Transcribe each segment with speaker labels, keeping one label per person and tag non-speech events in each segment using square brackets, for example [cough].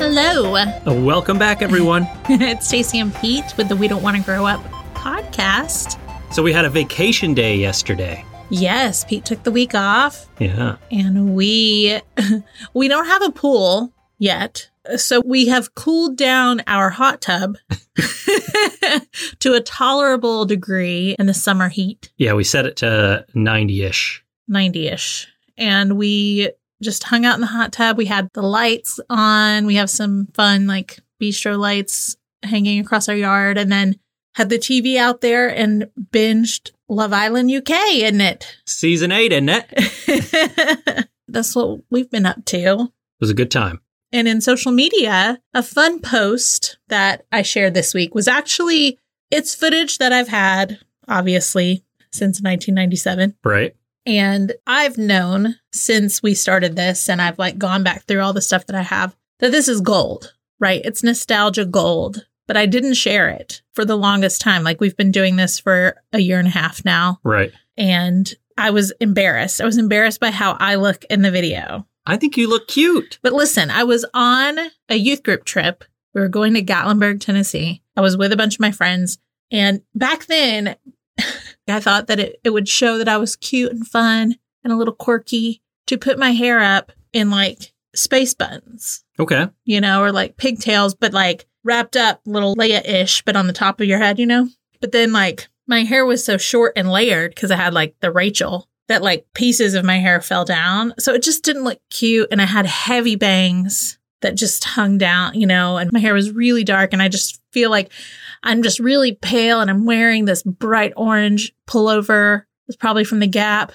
Speaker 1: Hello, [laughs]
Speaker 2: Oh, Welcome back, everyone.
Speaker 1: it's Stacey and Pete with the We Don't Want to Grow Up podcast.
Speaker 2: so we had a vacation day yesterday.
Speaker 1: Yes, Pete took the week off,
Speaker 2: Yeah.
Speaker 1: and we [laughs] we don't have a pool yet, so we have cooled down our hot tub [laughs] to a tolerable degree in the summer heat,
Speaker 2: Yeah, we set it to 90 ish.
Speaker 1: ninety ish, and we just hung out in the hot tub. We had the lights on. We have some fun like bistro lights hanging across our yard, and then had the TV out there and binged Love Island UK in it.
Speaker 2: Season 8, isn't it? It
Speaker 1: That's what we've been up to.
Speaker 2: was a good time.
Speaker 1: And in social media, a fun post that I shared this week was actually it's footage that I've had obviously since 1997
Speaker 2: Right?
Speaker 1: and I've known since we started this and I've like gone back through all the stuff that I have that this is gold, right? It's nostalgia gold, but I didn't share it for the longest time. Like we've been doing this for a year and a half now
Speaker 2: Right.
Speaker 1: and I was embarrassed. I was embarrassed by how I look in the video.
Speaker 2: I think you look cute.
Speaker 1: But listen, I was on a youth group trip. We were going to Gatlinburg, Tennessee. I was with a bunch of my friends. And back then, [laughs] I thought that it, it would show that I was cute and fun and a little quirky to put my hair up in like space buns,
Speaker 2: Okay. [laughs]
Speaker 1: you know, or like pigtails, but like wrapped up little Leia ish, but on the top of your head, you know? But then like my hair was so short and layered because I had like the Rachel that like pieces of my hair fell down. So it just didn't look cute. And I had heavy bangs that just hung down, you know, and my hair was really dark. And I just feel like I'm just really pale and I'm wearing this bright orange pullover. It's probably from the Gap.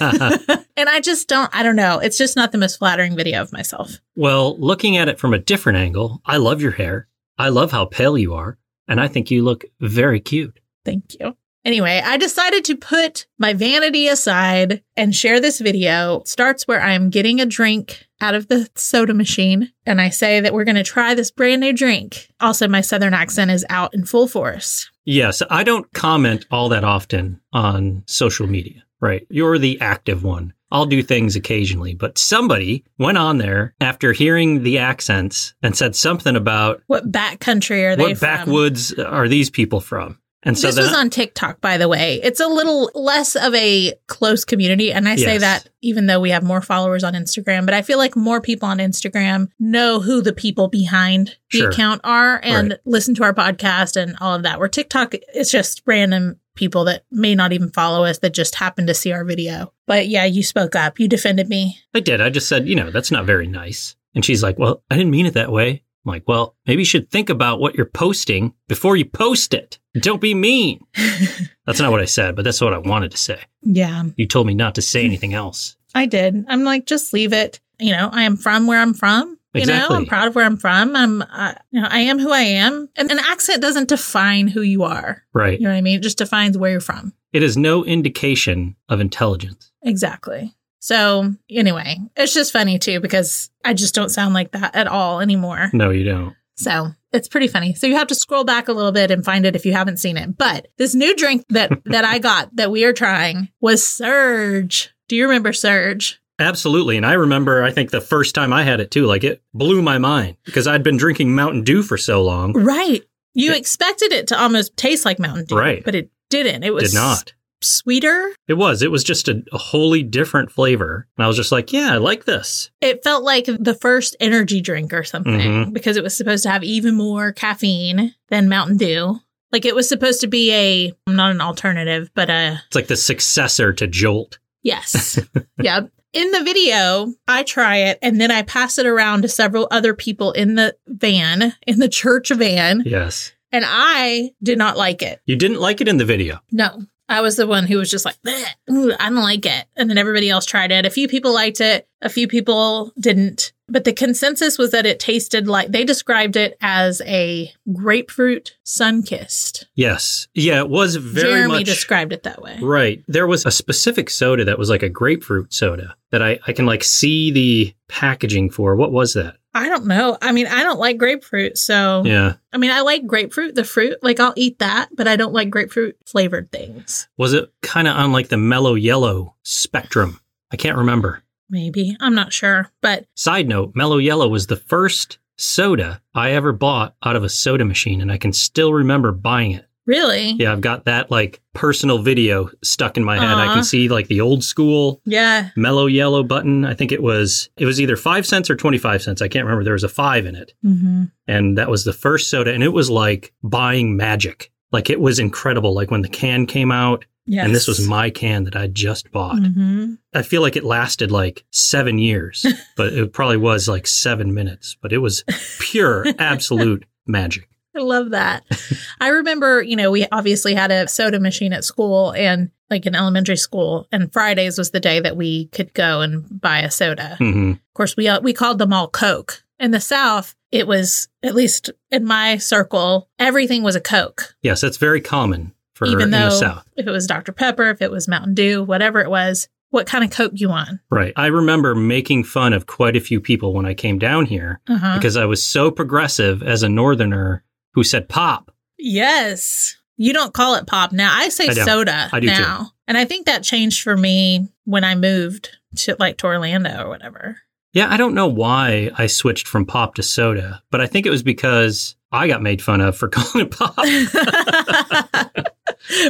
Speaker 1: and I just don't, I don't know. It's just not the most flattering video of myself.
Speaker 2: Well, looking at it from a different angle, I love your hair. I love how pale you are. And I think you look very cute.
Speaker 1: Thank you. Anyway, I decided to put my vanity aside and share this video. It starts where I am getting a drink out of the soda machine, and I say that we're going to try this brand new drink. Also, my southern accent is out in full force.
Speaker 2: Yes, I don't comment all that often on social media, right? You're the active one. I'll do things occasionally, but somebody went on there after hearing the accents and said something about
Speaker 1: What backcountry are they
Speaker 2: what
Speaker 1: from?
Speaker 2: backwoods are these people from? And so
Speaker 1: this
Speaker 2: then
Speaker 1: was on TikTok, by the way. It's a little less of a close community. And I say
Speaker 2: Yes.
Speaker 1: that even though we have more followers on Instagram, but I feel like more people on Instagram know who the people behind the
Speaker 2: Sure.
Speaker 1: account are and
Speaker 2: Right.
Speaker 1: listen to our podcast and all of that. Where TikTok, it's just random people that may not even follow us that just happen to see our video. But yeah, you spoke up. You defended me.
Speaker 2: I did. I just said, you know, that's not very nice. And she's like, well, I didn't mean it that way. I'm like, well, maybe you should think about what you're posting before you post it. Don't be mean.
Speaker 1: [laughs]
Speaker 2: That's not what I said, but that's what I wanted to say.
Speaker 1: Yeah.
Speaker 2: You told me not to say anything else.
Speaker 1: I did. I'm like, just leave it. You know, I am from where I'm from. You know,
Speaker 2: Exactly.
Speaker 1: I'm proud of where I'm from. I'm, uh, you know, I am who I am. And an accent doesn't define who you are.
Speaker 2: Right.
Speaker 1: You know what I mean? It just defines where you're from.
Speaker 2: It is no indication of intelligence.
Speaker 1: Exactly. So anyway, it's just funny too because I just don't sound like that at all anymore.
Speaker 2: No, you don't.
Speaker 1: So it's pretty funny. So you have to scroll back a little bit and find it if you haven't seen it. But this new drink that that I got that we are trying was Surge. Do you remember Surge?
Speaker 2: Absolutely. And I remember, I think the first time I had it too, like it blew my mind because I'd been drinking Mountain Dew for so long.
Speaker 1: Right. You expected it to almost taste like Mountain Dew,
Speaker 2: Right.
Speaker 1: But it didn't. It was
Speaker 2: Did not.
Speaker 1: sweeter.
Speaker 2: It was. It was just a, a wholly different flavor. And I was just like, yeah, I like this.
Speaker 1: It felt like the first energy drink or something
Speaker 2: Mhm.
Speaker 1: because it was supposed to have even more caffeine than Mountain Dew. Like it was supposed to be a not an alternative, but a
Speaker 2: It's like the successor to Jolt. [laughs]
Speaker 1: yes. yep. In the video, I try it and then I pass it around to several other people in the van, in the church van,
Speaker 2: Yes.
Speaker 1: and I did not like it.
Speaker 2: You didn't like it in the video.
Speaker 1: No, I was the one who was just like, "Bleh, ooh, I don't like it. And then everybody else tried it. A few people liked it. A few people didn't. But the consensus was that it tasted like they described it as a grapefruit sun kissed.
Speaker 2: Yes. Yeah, it was very
Speaker 1: Jeremy
Speaker 2: much
Speaker 1: described it that way.
Speaker 2: Right. There was a specific soda that was like a grapefruit soda that I, I can like see the packaging for. What was that?
Speaker 1: I don't know. I mean, I don't like grapefruit. So,
Speaker 2: Yeah.
Speaker 1: I mean, I like grapefruit, the fruit. Like, I'll eat that, but I don't like grapefruit flavored things.
Speaker 2: Was it kind of on like the mellow yellow spectrum? I can't remember.
Speaker 1: Maybe. I'm not sure. But
Speaker 2: Side note, mellow yellow was the first soda I ever bought out of a soda machine and I can still remember buying it.
Speaker 1: really,
Speaker 2: Yeah, I've got that like personal video stuck in my head. I
Speaker 1: Aw.
Speaker 2: can see like the old school
Speaker 1: yeah.
Speaker 2: mellow yellow button. I think it was it was either 5 cents or 25 cents. I can't remember. There was a 5 in it.
Speaker 1: Mm-hmm.
Speaker 2: and that was the first soda and it was like buying magic like it was incredible like when the can came out
Speaker 1: Yes.
Speaker 2: and this was my can that i just bought
Speaker 1: Mhm.
Speaker 2: i feel like it lasted like
Speaker 1: [laughs]
Speaker 2: seven years but it probably was like seven minutes but it was
Speaker 1: [laughs]
Speaker 2: pure absolute magic
Speaker 1: I love that. I remember, you know, we obviously had a soda machine at school and like in elementary school, and Fridays was the day that we could go and buy a soda.
Speaker 2: Mhm.
Speaker 1: Of course, we uh, we called them all Coke. In the South, it was at least in my circle, everything was a Coke.
Speaker 2: yes that's very common for
Speaker 1: Even
Speaker 2: in
Speaker 1: though-
Speaker 2: the south
Speaker 1: If it was Dr Pepper, if it was Mountain Dew, whatever it was, what kind of Coke you want?
Speaker 2: right i remember making fun of quite a few people when i came down here
Speaker 1: Uh huh.
Speaker 2: because i was so progressive as a northerner who said pop
Speaker 1: Yes. You don't call it pop now. I say
Speaker 2: I don't.
Speaker 1: soda
Speaker 2: I do too.
Speaker 1: now. And I think that changed for me when I moved to like to Orlando or whatever.
Speaker 2: Yeah, I don't know why I switched from pop to soda, but I think it was because I got made fun of for [laughs] calling it
Speaker 1: [laughs]
Speaker 2: pop.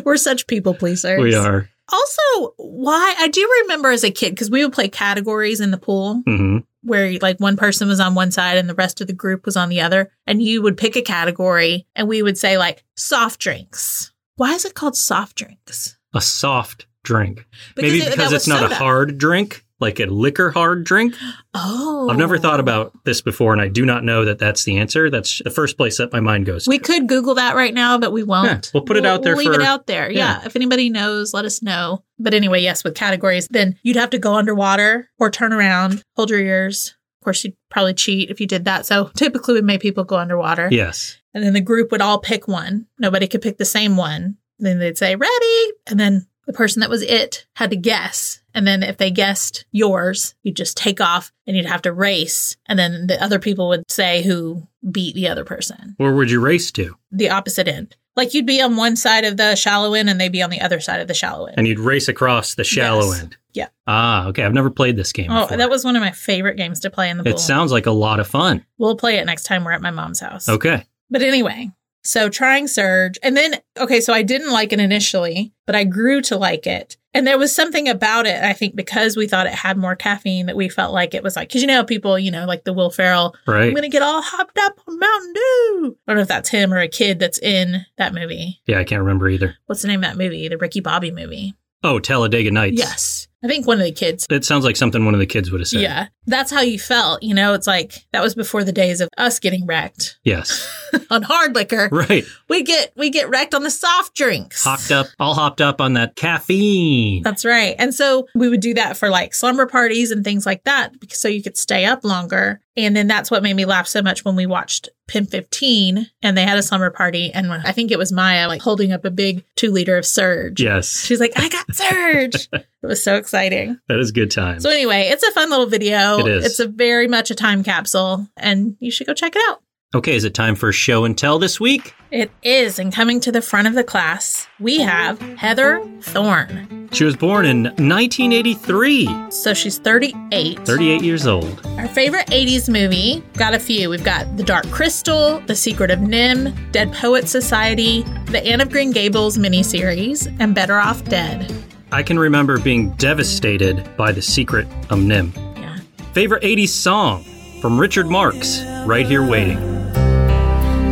Speaker 1: We're such people pleasers.
Speaker 2: we are.
Speaker 1: Also, why I do remember as a kid because we would play categories in the pool
Speaker 2: hmm
Speaker 1: where like one person was on one side and the rest of the group was on the other, and you would pick a category and we would say like soft drinks. Why is it called soft drinks?
Speaker 2: A soft drink. Maybe
Speaker 1: it- that
Speaker 2: because
Speaker 1: was
Speaker 2: it's not
Speaker 1: soda.
Speaker 2: a hard drink, like a liquor hard drink.
Speaker 1: Oh,
Speaker 2: I've never thought about this before, and I do not know that that's the answer. That's the first place that my mind goes.
Speaker 1: We could Google that right now, but we won't.
Speaker 2: Yeah, we'll put it out there
Speaker 1: We'll leave
Speaker 2: for-
Speaker 1: it out there. Yeah. If anybody knows, let us know. But anyway, yes, with categories, then you'd have to go underwater or turn around, hold your ears. Of course, you'd probably cheat if you did that. So typically, we made people go underwater.
Speaker 2: yes.
Speaker 1: And then the group would all pick one. Nobody could pick the same one. Then they'd say, ready. And then the person that was it had to guess. And then if they guessed yours, you'd just take off and you'd have to race. And then the other people would say who beat the other person
Speaker 2: Where would you race to?
Speaker 1: the opposite end. Like you'd be on one side of the shallow end and they'd be on the other side of the shallow end.
Speaker 2: And you'd race across the shallow
Speaker 1: Yes.
Speaker 2: end.
Speaker 1: Yeah.
Speaker 2: Ah, okay. I've never played this game.
Speaker 1: Oh,
Speaker 2: before.
Speaker 1: that was one of my favorite games to play in the pool.
Speaker 2: It sounds like a lot of fun.
Speaker 1: we'll play it next time we're at my mom's house.
Speaker 2: Okay.
Speaker 1: But anyway, so trying Surge. And then, okay, so I didn't like it initially, but I grew to like it. And there was something about it, I think, because we thought it had more caffeine that we felt like it was like, because you know, how people, you know, like the Will Ferrell, I'm
Speaker 2: Right.
Speaker 1: going to get all hopped up on Mountain Dew. I don't know if that's him or a kid that's in that movie.
Speaker 2: Yeah, I can't remember either.
Speaker 1: What's the name of that movie? The Ricky Bobby movie.
Speaker 2: Oh, Talladega Nights.
Speaker 1: Yes. I think one of the kids.
Speaker 2: It sounds like something one of the kids would have said.
Speaker 1: Yeah. That's how you felt. You know, it's like that was before the days of us getting wrecked [laughs]
Speaker 2: Yes. [laughs]
Speaker 1: on hard liquor.
Speaker 2: Right.
Speaker 1: We get we get wrecked on the soft drinks.
Speaker 2: Hopped up, all hopped up on that caffeine.
Speaker 1: That's right. And so we would do that for like slumber parties and things like that because- so you could stay up longer. And then that's what made me laugh so much when we watched Pin 15 and they had a slumber party and I think it was Maya like holding up a big 2 liter of surge.
Speaker 2: Yes.
Speaker 1: She's like, "I got surge." it was so exciting.
Speaker 2: That is good time.
Speaker 1: So anyway, it's a fun little video.
Speaker 2: It is.
Speaker 1: It's a very much a time capsule, and you should go check it out.
Speaker 2: okay, is it time for show and tell this week?
Speaker 1: It is, and coming to the front of the class, we have Heather Thorne.
Speaker 2: She was born in 1983,
Speaker 1: So she's 38.
Speaker 2: 38 years old.
Speaker 1: Our favorite 80s movie, got a few. We've got The Dark Crystal, The Secret of Nim, Dead Poets Society, the Anne of Green Gables miniseries, and Better Off Dead.
Speaker 2: I can remember being devastated by the secret of Nim.
Speaker 1: Yeah.
Speaker 2: Favorite 80s song from Richard Marx, Right Here Waiting.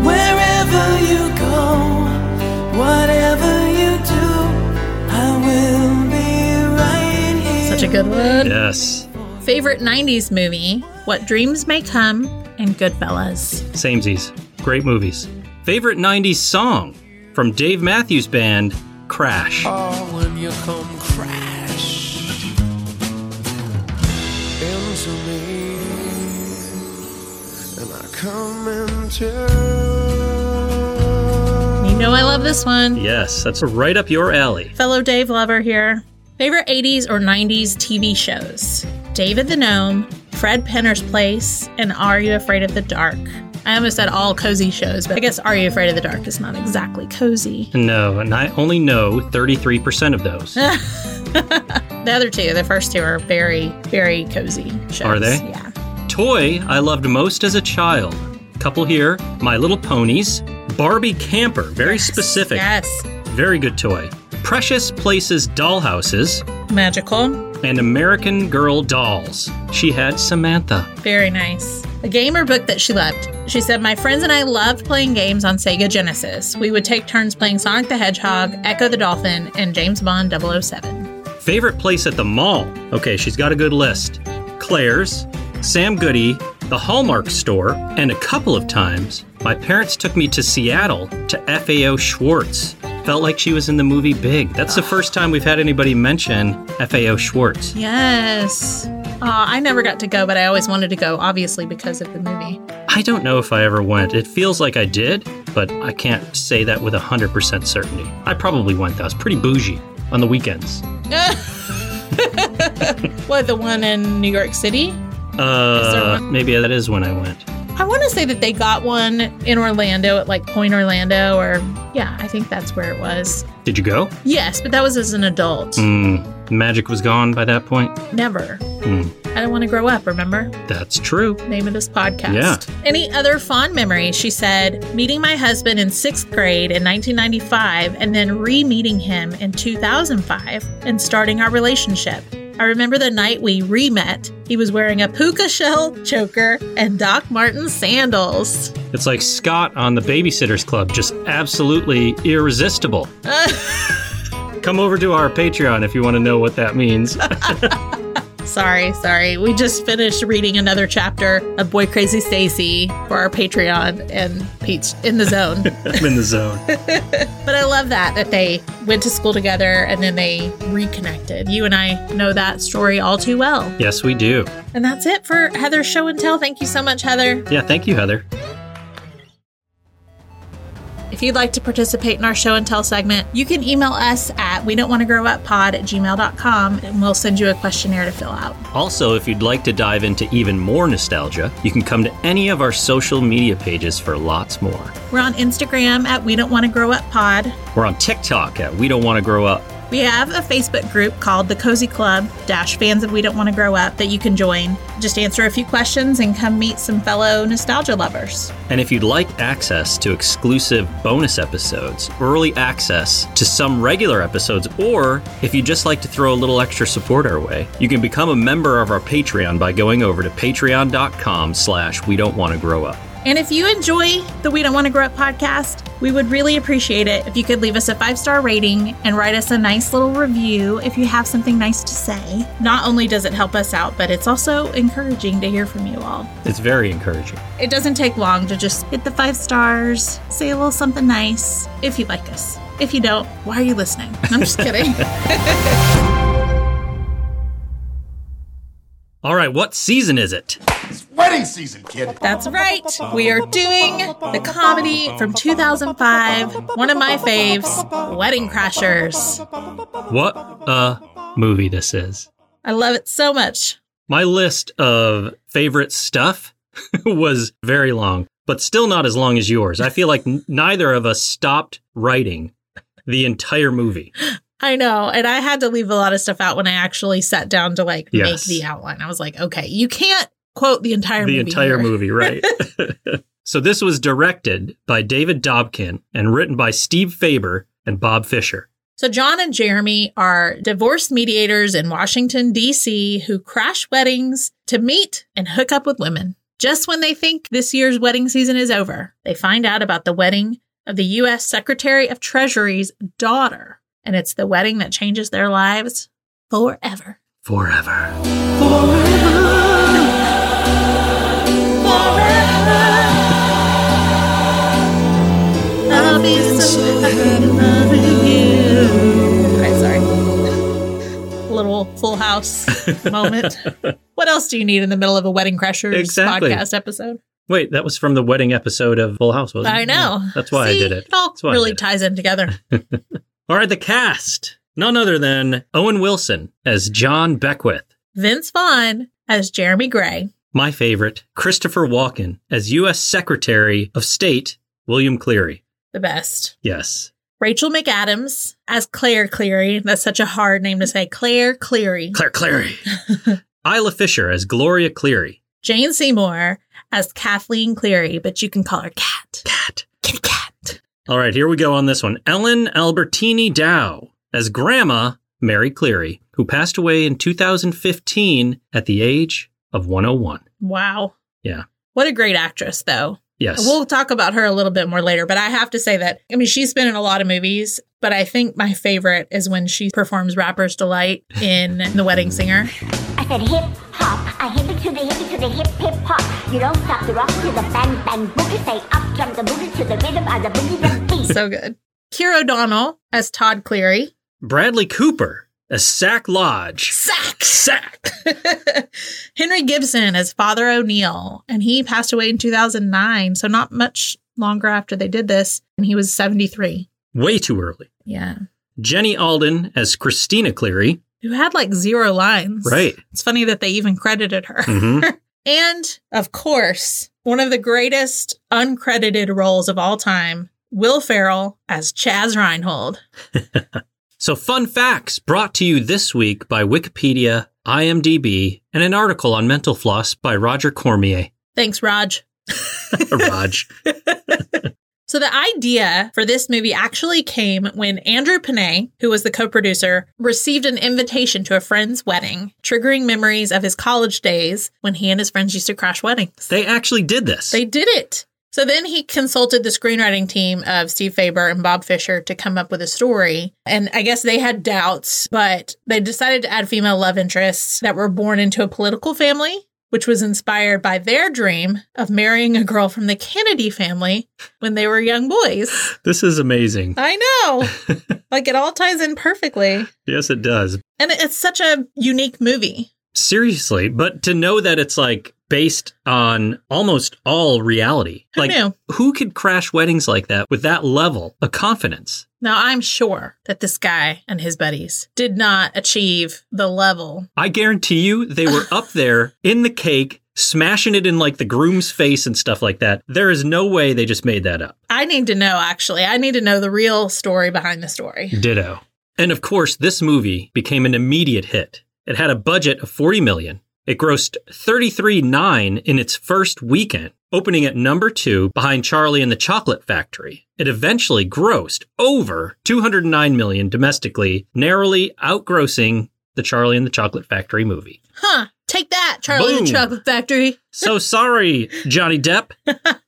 Speaker 3: Wherever you go, whatever you do, I will be right here.
Speaker 1: Such a good one.
Speaker 2: Yes,
Speaker 1: Favorite 90s movie, What Dreams May Come, and Goodfellas.
Speaker 2: samesies. Great movies. Favorite 90s song from Dave Matthews Band, Crash.
Speaker 3: Oh, when you come crash. In coming to.
Speaker 1: You know I love this one.
Speaker 2: Yes, that's right up your alley.
Speaker 1: Fellow Dave lover here. Favorite 80s or 90s TV shows? David the Gnome, Fred Penner's Place, and Are You Afraid of the Dark? I almost said all cozy shows, but I guess Are You Afraid of the Dark is not exactly cozy.
Speaker 2: No, and I only know 33% of those.
Speaker 1: The other two, the first two, are very, very cozy shows.
Speaker 2: Are they?
Speaker 1: Yeah.
Speaker 2: Toy I loved most as a child. Couple here, My Little Ponies, Barbie Camper, very specific,
Speaker 1: Yes.
Speaker 2: very good toy. Precious Places Dollhouses,
Speaker 1: Magical.
Speaker 2: and American Girl Dolls. She had Samantha.
Speaker 1: Very nice. A gamer book that she loved. She said, My friends and I loved playing games on Sega Genesis. We would take turns playing Sonic the Hedgehog, Echo the Dolphin, and James Bond 007.
Speaker 2: Favorite place at the mall? Okay, she's got a good list. Claire's, Sam Goody, the Hallmark store, and a couple of times, my parents took me to Seattle to FAO Schwartz. Felt like she was in the movie Big. That's the first time we've had anybody mention FAO Schwartz.
Speaker 1: Yes. Aw, I never got to go, but I always wanted to go, obviously, because of the movie. [laughs]
Speaker 2: I don't know if I ever went. It feels like I did, but I can't say that with 100% certainty. I probably went, though. It's pretty bougie on the weekends.
Speaker 1: What, the one in New York City? there
Speaker 2: Uh,
Speaker 1: one-
Speaker 2: maybe that is when I went.
Speaker 1: I want to say that they got one in Orlando at like Point Orlando, or yeah, I think that's where it was.
Speaker 2: Did you go?
Speaker 1: Yes, but that was as an adult.
Speaker 2: Mm, the magic was gone by that point.
Speaker 1: Never.
Speaker 2: Hmm.
Speaker 1: I don't want to grow up, remember?
Speaker 2: That's true.
Speaker 1: Name of this podcast.
Speaker 2: Yeah.
Speaker 1: Any other fond memories? She said, meeting my husband in sixth grade in 1995 and then re meeting him in 2005 and starting our relationship. I remember the night we re met. He was wearing a puka shell choker and Doc Marten sandals.
Speaker 2: It's like Scott on the Babysitters Club, just absolutely irresistible. Come over to our Patreon if you want to know what that means.
Speaker 1: Sorry, sorry. We just finished reading another chapter of Boy Crazy Stacy for our Patreon and Pete's in the zone.
Speaker 2: I'm in the zone.
Speaker 1: but I love that that they went to school together and then they reconnected. You and I know that story all too well.
Speaker 2: Yes, we do.
Speaker 1: And that's it for Heather's show and tell. Thank you so much, Heather.
Speaker 2: Yeah, thank you, Heather.
Speaker 1: If you'd like to participate in our show and tell segment, you can email us at we don't want to grow up pod at gmail.com and we'll send you a questionnaire to fill out.
Speaker 2: Also, if you'd like to dive into even more nostalgia, you can come to any of our social media pages for lots more.
Speaker 1: We're on Instagram at we don't want to grow up pod.
Speaker 2: We're on TikTok at We Don't Want to Grow Up.
Speaker 1: We have a Facebook group called the Cozy Club Dash Fans of We Don't Want to Grow Up that you can join. Just answer a few questions and come meet some fellow nostalgia lovers.
Speaker 2: And if you'd like access to exclusive bonus episodes, early access to some regular episodes, or if you'd just like to throw a little extra support our way, you can become a member of our Patreon by going over to patreon.com slash we don't want to grow up.
Speaker 1: And if you enjoy the We Don't Want to Grow Up podcast, we would really appreciate it if you could leave us a five star rating and write us a nice little review if you have something nice to say. Not only does it help us out, but it's also encouraging to hear from you all.
Speaker 2: It's very encouraging.
Speaker 1: It doesn't take long to just hit the five stars, say a little something nice if you like us. If you don't, why are you listening? I'm just kidding.
Speaker 2: All right, what season is it?
Speaker 4: Wedding season, kid.
Speaker 1: That's right. We are doing the comedy from 2005, one of my faves, Wedding Crashers.
Speaker 2: What a movie this is.
Speaker 1: I love it so much.
Speaker 2: My list of favorite stuff [laughs] was very long, but still not as long as yours. I feel like n- neither of us stopped writing the entire movie.
Speaker 1: I know. And I had to leave a lot of stuff out when I actually sat down to like
Speaker 2: Yes.
Speaker 1: make the outline. I was like, okay, you can't quote the entire
Speaker 2: the
Speaker 1: movie.
Speaker 2: entire
Speaker 1: here. [laughs]
Speaker 2: movie, right? [laughs] so this was directed by David Dobkin and written by Steve Faber and Bob Fisher.
Speaker 1: So, John and Jeremy are divorce mediators in Washington, D.C., who crash weddings to meet and hook up with women. Just when they think this year's wedding season is over, they find out about the wedding of the U.S. Secretary of Treasury's daughter. And it's the wedding that changes their lives forever.
Speaker 2: Forever.
Speaker 1: I'll be so happy loving you. Okay, sorry. Little Full
Speaker 2: [laughs]
Speaker 1: House moment. what else do you need in the middle of a Wedding Crashers
Speaker 2: Exactly.
Speaker 1: podcast episode?
Speaker 2: Wait, that was from the wedding episode of Full House, wasn't it?
Speaker 1: I know.
Speaker 2: Yeah, That's why I
Speaker 1: See,
Speaker 2: did it.
Speaker 1: It all
Speaker 2: That's why I
Speaker 1: really
Speaker 2: did it.
Speaker 1: ties in
Speaker 2: [laughs]
Speaker 1: together.
Speaker 2: All right, the cast. None other than Owen Wilson as John Beckwith.
Speaker 1: Vince Vaughn as Jeremy Gray.
Speaker 2: My favorite, Christopher Walken as U.S. Secretary of State William Cleary.
Speaker 1: The best.
Speaker 2: Yes.
Speaker 1: Rachel McAdams as Claire Cleary. That's such a hard name to say. Claire Cleary.
Speaker 2: Claire Cleary. Isla Fisher as Gloria Cleary.
Speaker 1: Jane Seymour as Kathleen Cleary, but you can call her Cat.
Speaker 2: Cat.
Speaker 1: Kitty Cat.
Speaker 2: All right, here we go on this one. Ellen Albertini Dow as Grandma Mary Cleary, who passed away in 2015 at the age of 101.
Speaker 1: Wow.
Speaker 2: Yeah.
Speaker 1: What a great actress, though.
Speaker 2: Yes.
Speaker 1: We'll talk about her a little bit more later, but I have to say that, I mean, she's been in a lot of movies, but I think my favorite is when she performs Rapper's Delight in The Wedding Singer. [laughs]
Speaker 5: I said hip hop. I hip it to the hip it to the hip hip hop. You don't stop the rock to the bang bang boogie. Say up jump the boogie to the rhythm of the boogie the beat.
Speaker 1: So good. Keira O'Donnell as Todd Cleary.
Speaker 2: Bradley Cooper as Sack Lodge.
Speaker 1: Sack! [laughs]
Speaker 2: Sack.
Speaker 1: Henry Gibson as Father O'Neill, and he passed away in 2009, so not much longer after they did this, and he was 73.
Speaker 2: Way too early.
Speaker 1: Yeah.
Speaker 2: Jenny Alden as Christina Cleary.
Speaker 1: Who had like zero lines.
Speaker 2: Right.
Speaker 1: It's funny that they even credited her.
Speaker 2: Mhm.
Speaker 1: [laughs] And of course, one of the greatest uncredited roles of all time, Will Ferrell as Chaz Reinhold.
Speaker 2: So, fun facts brought to you this week by Wikipedia, IMDb, and an article on mental floss by Roger Cormier.
Speaker 1: [laughs]
Speaker 2: Uh,
Speaker 1: Thanks, Raj.
Speaker 2: Raj.
Speaker 1: So the idea for this movie actually came when Andrew Panay, who was the co-producer, received an invitation to a friend's wedding, triggering memories of his college days when he and his friends used to crash weddings.
Speaker 2: They actually did this.
Speaker 1: They did it. So then he consulted the screenwriting team of Steve Faber and Bob Fisher to come up with a story. And I guess they had doubts, but they decided to add female love interests that were born into a political family, which was inspired by their dream of marrying a girl from the Kennedy family when they were young boys.
Speaker 2: this is amazing.
Speaker 1: I know. like it all ties in perfectly.
Speaker 2: Yes, it does.
Speaker 1: And it's such a unique movie.
Speaker 2: Seriously, but to know that it's like based on almost all reality.
Speaker 1: Who
Speaker 2: like,
Speaker 1: knew?
Speaker 2: who could crash weddings like that with that level of confidence?
Speaker 1: Now, I'm sure that this guy and his buddies did not achieve the level
Speaker 2: I guarantee you they were
Speaker 1: [laughs]
Speaker 2: up there in the cake, smashing it in like the groom's face and stuff like that. There is no way they just made that up.
Speaker 1: I need to know, actually. I need to know the real story behind the story.
Speaker 2: Ditto. And of course, this movie became an immediate hit. It had a budget of 40 million. It grossed 33.9 in its first weekend, opening at number 2 behind Charlie and the Chocolate Factory. It eventually grossed over 209 million domestically, narrowly outgrossing the Charlie and the Chocolate Factory movie.
Speaker 1: Huh. Take that, Charlie and the
Speaker 2: Boom.
Speaker 1: Chocolate Factory.
Speaker 2: So sorry, Johnny Depp.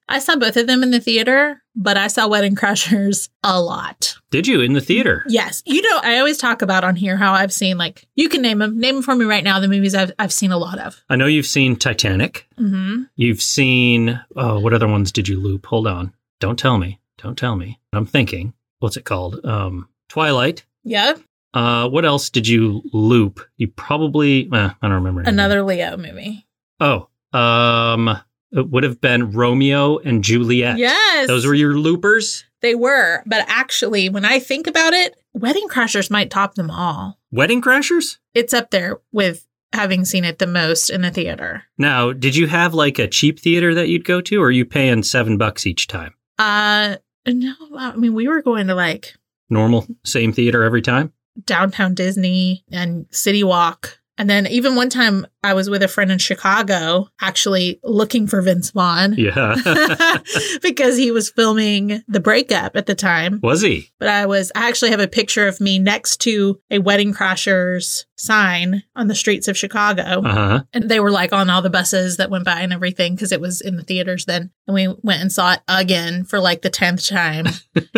Speaker 1: I saw both of them in the theater, but I saw Wedding Crashers a lot.
Speaker 2: Did you in the theater?
Speaker 1: Yes. You know, I always talk about on here how I've seen, like, you can name them. Name them for me right now, the movies I've, I've seen a lot of.
Speaker 2: I know you've seen Titanic.
Speaker 1: hmm
Speaker 2: You've seen oh, what other ones did you loop? Hold on. Don't tell me. Don't tell me. I'm thinking. What's it called? Um Twilight.
Speaker 1: Yeah.
Speaker 2: Uh what else did you loop? You probably eh, I don't remember. anything.
Speaker 1: Another Leo movie.
Speaker 2: Oh. Um it would have been Romeo and Juliet.
Speaker 1: Yes.
Speaker 2: Those were your loopers?
Speaker 1: They were. But actually, when I think about it, Wedding Crashers might top them all.
Speaker 2: Wedding crashers?
Speaker 1: It's up there with having seen it the most in the theater.
Speaker 2: Now, did you have like a cheap theater that you'd go to or are you paying 7 bucks each time?
Speaker 1: Uh, no, I mean we were going to like
Speaker 2: Normal same theater every time?
Speaker 1: downtown Disney and City Walk, and then even one time I was with a friend in Chicago, actually looking for Vince Vaughn
Speaker 2: Yeah.
Speaker 1: [laughs]
Speaker 2: [laughs]
Speaker 1: because he was filming The Breakup at the time.
Speaker 2: Was he?
Speaker 1: But I was I actually have a picture of me next to a Wedding Crashers sign on the streets of Chicago,
Speaker 2: Uh-huh.
Speaker 1: and they were like on all the buses that went by and everything because it was in the theaters then, and we went and saw it again for like the tenth time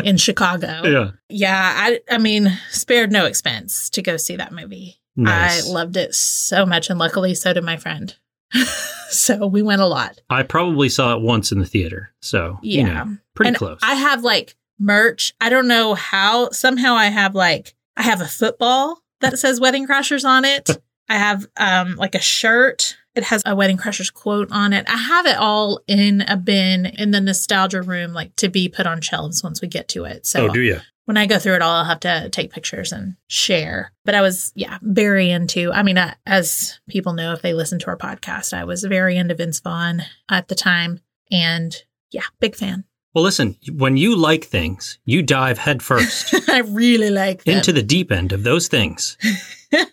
Speaker 1: in Chicago.
Speaker 2: Yeah.
Speaker 1: Yeah, I I mean, spared no expense to go see that movie.
Speaker 2: Nice.
Speaker 1: I loved it so much and luckily so did my friend. [laughs] so we went a lot.
Speaker 2: I probably saw it once in the theater. So, yeah.
Speaker 1: Yeah.
Speaker 2: pretty
Speaker 1: And
Speaker 2: close.
Speaker 1: I have like merch. I don't know how somehow I have like I
Speaker 2: [laughs]
Speaker 1: have a football that says Wedding Crashers on it. I have um like a shirt It has a Wedding Crashers quote on it. I have it all in a bin in the nostalgia room, like to be put on shelves once we get to it. So
Speaker 6: Oh, do you?
Speaker 1: when I go through it all, I'll have to take pictures and share. But I was, yeah, very into. I mean, I, as people know if they listen to our podcast, I was very into Vince Vaughn at the time, and yeah, big fan. [laughs]
Speaker 2: Well, listen, when you like things, you dive
Speaker 1: [laughs]
Speaker 2: headfirst
Speaker 1: I really like them.
Speaker 2: into the deep end of those things.
Speaker 1: [laughs] and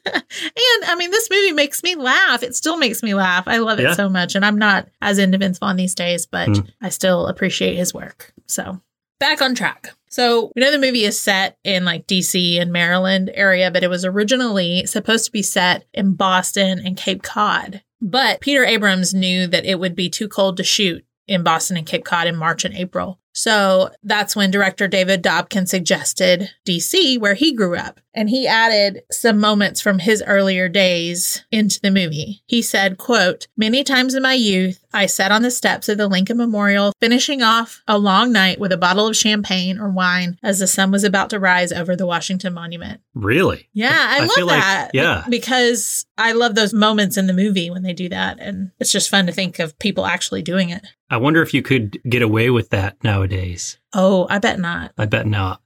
Speaker 1: I mean, this movie makes me laugh. It still makes me laugh. I love it
Speaker 2: Yeah.
Speaker 1: so much. And I'm not as into Vince Vaughn these days, but
Speaker 2: Mm.
Speaker 1: I still appreciate his work. So back on track. So we know the movie is set in like DC and Maryland area, but it was originally supposed to be set in Boston and Cape Cod. But Peter Abrams knew that it would be too cold to shoot in Boston and Cape Cod in March and April. So that's when director David Dobkin suggested DC, where he grew up. And he added some moments from his earlier days into the movie. He said, quote, Many times in my youth, I sat on the steps of the Lincoln Memorial, finishing off a long night with a bottle of champagne or wine as the sun was about to rise over the Washington Monument.
Speaker 2: Really?
Speaker 1: Yeah, I,
Speaker 2: I
Speaker 1: love
Speaker 2: feel like-
Speaker 1: that.
Speaker 2: yeah.
Speaker 1: Because I love those moments in the movie when they do that. And it's just fun to think of people actually doing it.
Speaker 2: I wonder if you could get away with that nowadays.
Speaker 1: Oh, I bet not.
Speaker 2: I
Speaker 1: [laughs]
Speaker 2: bet not.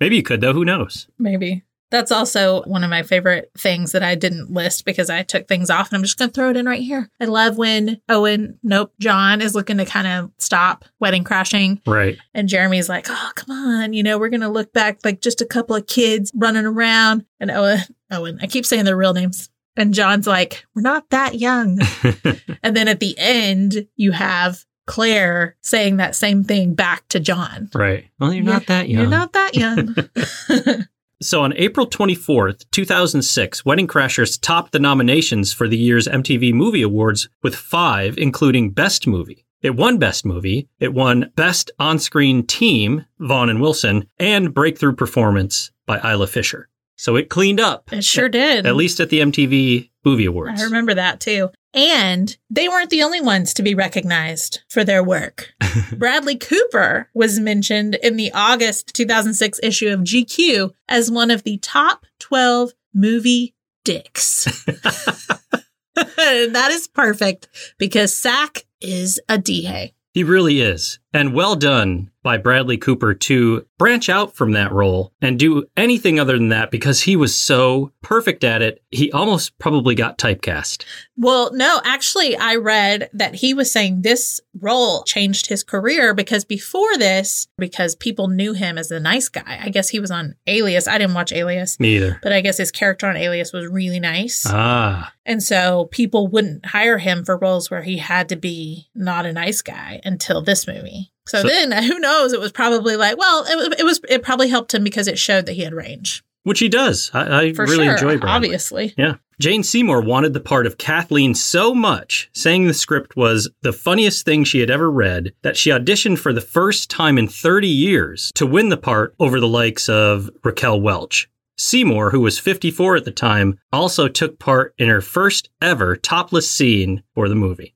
Speaker 2: Maybe you could, though. Who knows?
Speaker 1: Maybe. That's also one of my favorite things that I didn't list because I took things off and I'm just going to throw it in right here. I love when Owen, nope, John is looking to kind of stop wedding crashing.
Speaker 2: Right.
Speaker 1: And Jeremy's like, oh, come on. You know, we're going to look back like just a couple of kids running around. And Owen, Owen, I keep saying their real names. And John's like, we're not that young. and then at the end, you have Claire saying that same thing back to John.
Speaker 2: Right. Well, you're not that young.
Speaker 1: You're not that young.
Speaker 2: So on April 24th, 2006, Wedding Crashers topped the nominations for the year's MTV Movie Awards with five, including Best Movie. It won Best Movie. It won Best On Screen Team, Vaughn and Wilson, and Breakthrough Performance by Isla Fisher. So it cleaned up,
Speaker 1: It sure did.
Speaker 2: at least at the MTV Movie Awards.
Speaker 1: I remember that too. And they weren't the only ones to be recognized for their work. Bradley Cooper was mentioned in the August 2006 issue of GQ as one of the top 12 movie dicks. [laughs] that is perfect because Sack is a DA.
Speaker 2: He really is. And well done by Bradley Cooper to branch out from that role and do anything other than that because he was so perfect at it. He almost probably got typecast.
Speaker 1: Well, no, actually, I read that he was saying this role changed his career because before this, because people knew him as the nice guy. I guess he was on Alias. I didn't watch Alias,
Speaker 2: Me either.
Speaker 1: but I guess his character on Alias was really nice.
Speaker 2: Ah,
Speaker 1: And so people wouldn't hire him for roles where he had to be not a nice guy until this movie. So,
Speaker 2: So-
Speaker 1: then [laughs] who knows? It was probably like, well, it, wa- it was, it probably helped him because it showed that he had range.
Speaker 2: which he does. I, I
Speaker 1: For
Speaker 2: really
Speaker 1: sure.
Speaker 2: enjoy Bradley.
Speaker 1: Obviously.
Speaker 2: Yeah. Jane Seymour wanted the part of Kathleen so much, saying the script was the funniest thing she had ever read, that she auditioned for the first time in 30 years to win the part over the likes of Raquel Welch. Seymour, who was 54 at the time, also took part in her first ever topless scene for
Speaker 1: [laughs]
Speaker 2: the movie,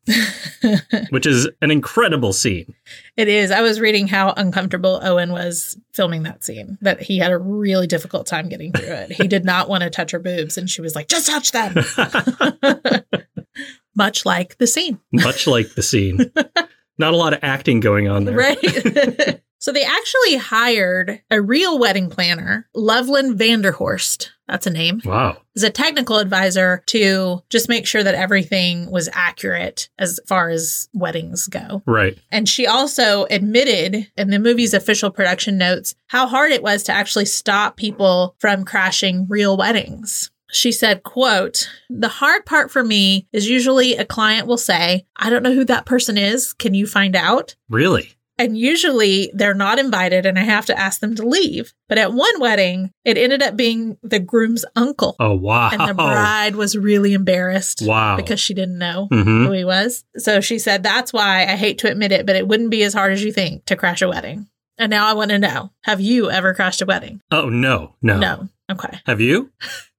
Speaker 2: which is an incredible scene.
Speaker 1: It is. I was reading how uncomfortable Owen was filming that scene, that he had a really difficult time getting through it. He did not want to touch her boobs, and she was like, just touch them. Much like the scene,
Speaker 2: Much like
Speaker 1: [laughs]
Speaker 2: the scene. Not a lot of acting going on there.
Speaker 1: right? [laughs] so they actually hired a real wedding planner, Loveland Vanderhorst. That's a name.
Speaker 2: Wow.
Speaker 1: as a technical advisor to just make sure that everything was accurate as far as weddings go.
Speaker 2: Right.
Speaker 1: And she also admitted in the movie's official production notes how hard it was to actually stop people from crashing real weddings. She said, quote, the hard part for me is usually a client will say, I don't know who that person is. Can you find out?
Speaker 2: Really?
Speaker 1: And usually they're not invited and I have to ask them to leave. But at one wedding, it ended up being the groom's uncle.
Speaker 2: Oh wow!
Speaker 1: And the bride was really embarrassed.
Speaker 2: Wow.
Speaker 1: Because she didn't know
Speaker 2: Mhm.
Speaker 1: who he was. So she said, That's why I hate to admit it, but it wouldn't be as hard as you think to crash a wedding. And now I want to know have you ever crashed a wedding?
Speaker 2: Oh no, no,
Speaker 1: No. Okay.
Speaker 2: Have you?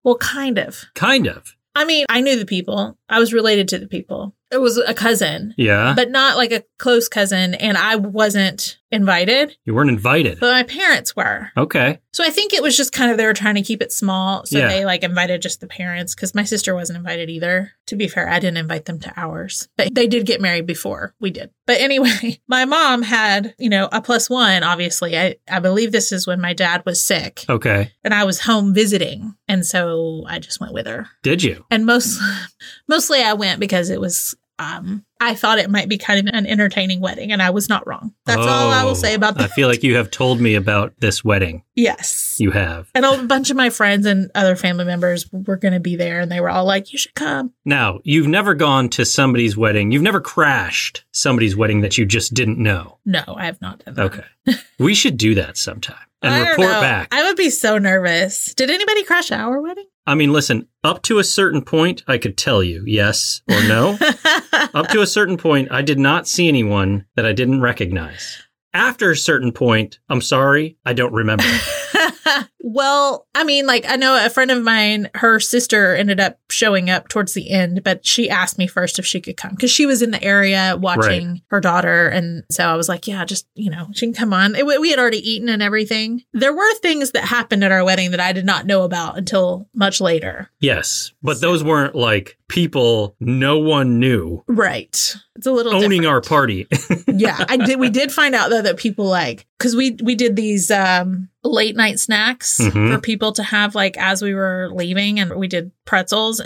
Speaker 1: Well, kind of.
Speaker 2: Kind of.
Speaker 1: I mean, I knew the people, I was related to the people. It was a cousin,
Speaker 2: Yeah.
Speaker 1: but not like a close cousin. And I wasn't invited,
Speaker 2: you weren't invited.
Speaker 1: but my parents were.
Speaker 2: Okay.
Speaker 1: So I think it was just kind of they were trying to keep it small. So
Speaker 2: Yeah.
Speaker 1: they like invited just the parents because my sister wasn't invited either. To be fair, I didn't invite them to ours, but they did get married before we did. But anyway, [laughs] my mom had, you know, a plus one, obviously. I, I believe this is when my dad was sick
Speaker 2: Okay.
Speaker 1: and I was home visiting. And so I just went with her.
Speaker 2: Did you?
Speaker 1: And most, [laughs] mostly I went because it was, um, I thought it might be kind of an entertaining wedding and I was not wrong. That's all I
Speaker 2: Oh,
Speaker 1: will say about
Speaker 2: I
Speaker 1: that.
Speaker 2: feel like you have told me about this wedding.
Speaker 1: yes.
Speaker 2: You have.
Speaker 1: And a bunch of my friends and other family members were going to be there, and they were all like, "You should come."
Speaker 2: Now, you've never gone to somebody's wedding. You've never crashed somebody's wedding that you just didn't know.
Speaker 1: No, I have not done that. [laughs]
Speaker 2: Okay. we should do that sometime and
Speaker 1: I don't
Speaker 2: report
Speaker 1: know.
Speaker 2: back.
Speaker 1: I would be so nervous. Did anybody crash our wedding?
Speaker 2: I mean, listen, up to a certain point, I could tell you yes or
Speaker 1: [laughs]
Speaker 2: no. up to a certain point, I did not see anyone that I didn't recognize. After a certain point, I'm sorry, I don't
Speaker 1: [laughs]
Speaker 2: remember.
Speaker 1: well, I mean, like I know a friend of mine, her sister ended up showing up towards the end, but she asked me first if she could come because she was in the area watching her daughter, and so I was like, "Yeah, just you know, she can come on." It- we had already eaten and everything. There were things that happened at our wedding that I did not know about until much later.
Speaker 2: yes, but those weren't like people no one knew
Speaker 1: Right, it's a little
Speaker 2: owning
Speaker 1: different.
Speaker 2: our party. [laughs]
Speaker 1: yeah, I did. We did find out though that people like because we we did these um, late night snacks
Speaker 2: Mhm.
Speaker 1: for people to have like as we were leaving, and we did pretzels.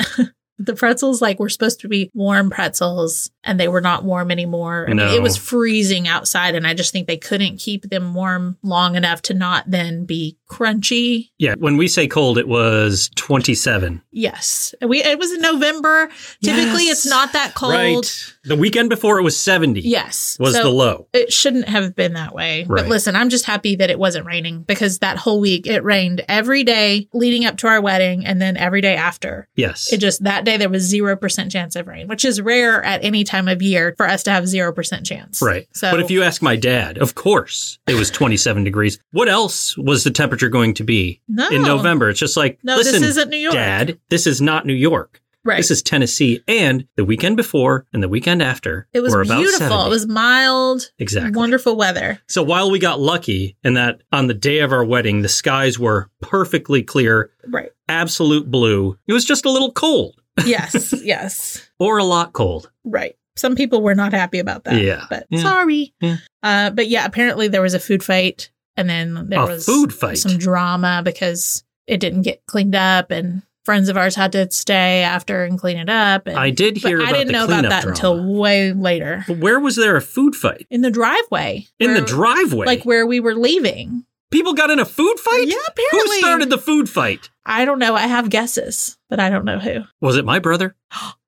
Speaker 1: [laughs] the pretzels like were supposed to be warm pretzels, and they were not warm anymore. I mean,
Speaker 2: No.
Speaker 1: it was freezing outside, and I just think they couldn't keep them warm long enough to not then be crunchy.
Speaker 2: yeah, when we say cold, it was 27.
Speaker 1: Yes, we it was in November. Typically,
Speaker 2: Yes.
Speaker 1: it's not that cold.
Speaker 2: Right. The weekend before it was 70.
Speaker 1: Yes,
Speaker 2: Was
Speaker 1: So-
Speaker 2: the low.
Speaker 1: it shouldn't have been that way.
Speaker 2: Right.
Speaker 1: But listen, I'm just happy that it wasn't raining because that whole week it rained every day leading up to our wedding and then every day after.
Speaker 2: Yes.
Speaker 1: It just that day there was 0% chance of rain, which is rare at any time of year for us to have 0% chance.
Speaker 2: Right.
Speaker 1: So
Speaker 2: but if you ask my dad, of course it was 27 [laughs] degrees. What else was the temperature going to be
Speaker 1: No.
Speaker 2: in November? It's just like,
Speaker 1: No, this
Speaker 2: listen,
Speaker 1: isn't New York."
Speaker 2: Dad, this is not New York.
Speaker 1: right.
Speaker 2: This is Tennessee. And the weekend before and the weekend after
Speaker 1: it was
Speaker 2: were about
Speaker 1: beautiful.
Speaker 2: 70.
Speaker 1: It was mild,
Speaker 2: Exactly.
Speaker 1: wonderful weather.
Speaker 2: so while we got lucky in that on the day of our wedding, the skies were perfectly clear,
Speaker 1: Right.
Speaker 2: absolute blue. It was just a little cold
Speaker 1: Yes. yes.
Speaker 2: or a lot cold.
Speaker 1: Right. Some people were not happy about that.
Speaker 2: Yeah.
Speaker 1: But
Speaker 2: Yeah.
Speaker 1: sorry.
Speaker 2: Yeah.
Speaker 1: Uh, but yeah, apparently there was a food fight and then there
Speaker 2: a
Speaker 1: was
Speaker 2: food fight.
Speaker 1: some drama because it didn't get cleaned up and friends of ours had to stay after and clean it up. And,
Speaker 2: I did
Speaker 1: but
Speaker 2: hear
Speaker 1: I
Speaker 2: about
Speaker 1: didn't
Speaker 2: the
Speaker 1: know about
Speaker 2: cleanup
Speaker 1: that
Speaker 2: drama.
Speaker 1: until way later
Speaker 2: But where was there a food fight?
Speaker 1: in the driveway.
Speaker 2: In the
Speaker 1: where-
Speaker 2: driveway.
Speaker 1: Like where we were leaving.
Speaker 2: People got in a food fight?
Speaker 1: Yeah, apparently.
Speaker 2: Who started the food fight?
Speaker 1: I don't know. I have guesses, but I don't know who.
Speaker 2: Was it my brother?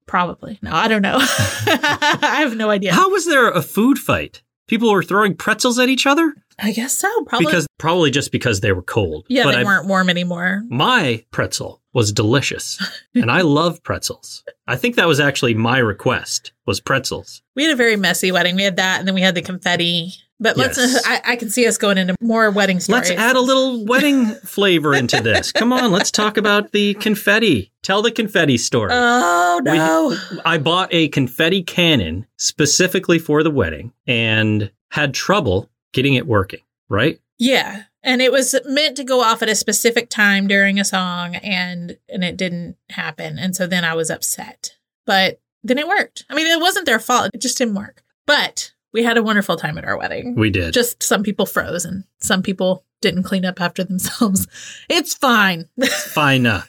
Speaker 1: Probably. No, I don't know. [laughs] I have no idea.
Speaker 2: How was there a food fight? People were throwing pretzels at each other?
Speaker 1: I guess so. Probably.
Speaker 2: because probably just because they were cold.
Speaker 1: yeah,
Speaker 2: But
Speaker 1: they
Speaker 2: I-
Speaker 1: weren't warm anymore.
Speaker 2: My pretzel
Speaker 1: [laughs]
Speaker 2: was delicious. and I love pretzels. I think that was actually my request was pretzels.
Speaker 1: We had a very messy wedding. We had that, and then we had the confetti. But let's.
Speaker 2: Yes.
Speaker 1: I, I can see us going into more wedding stories.
Speaker 2: Let's add a little wedding flavor into this. Come on, let's talk about the confetti. Tell the confetti story.
Speaker 1: Oh
Speaker 2: We-
Speaker 1: no!
Speaker 2: I bought a confetti cannon specifically for the wedding and had trouble getting it working, right?
Speaker 1: Yeah. And it was meant to go off at a specific time during a song and and it didn't happen. And so then I was upset. But then it worked. I mean, it wasn't their fault. It just didn't work. But we had a wonderful time at our wedding.
Speaker 2: We did.
Speaker 1: Just some people froze and some people didn't clean up after themselves. [laughs] It's fine. [laughs]
Speaker 2: Fine. uh,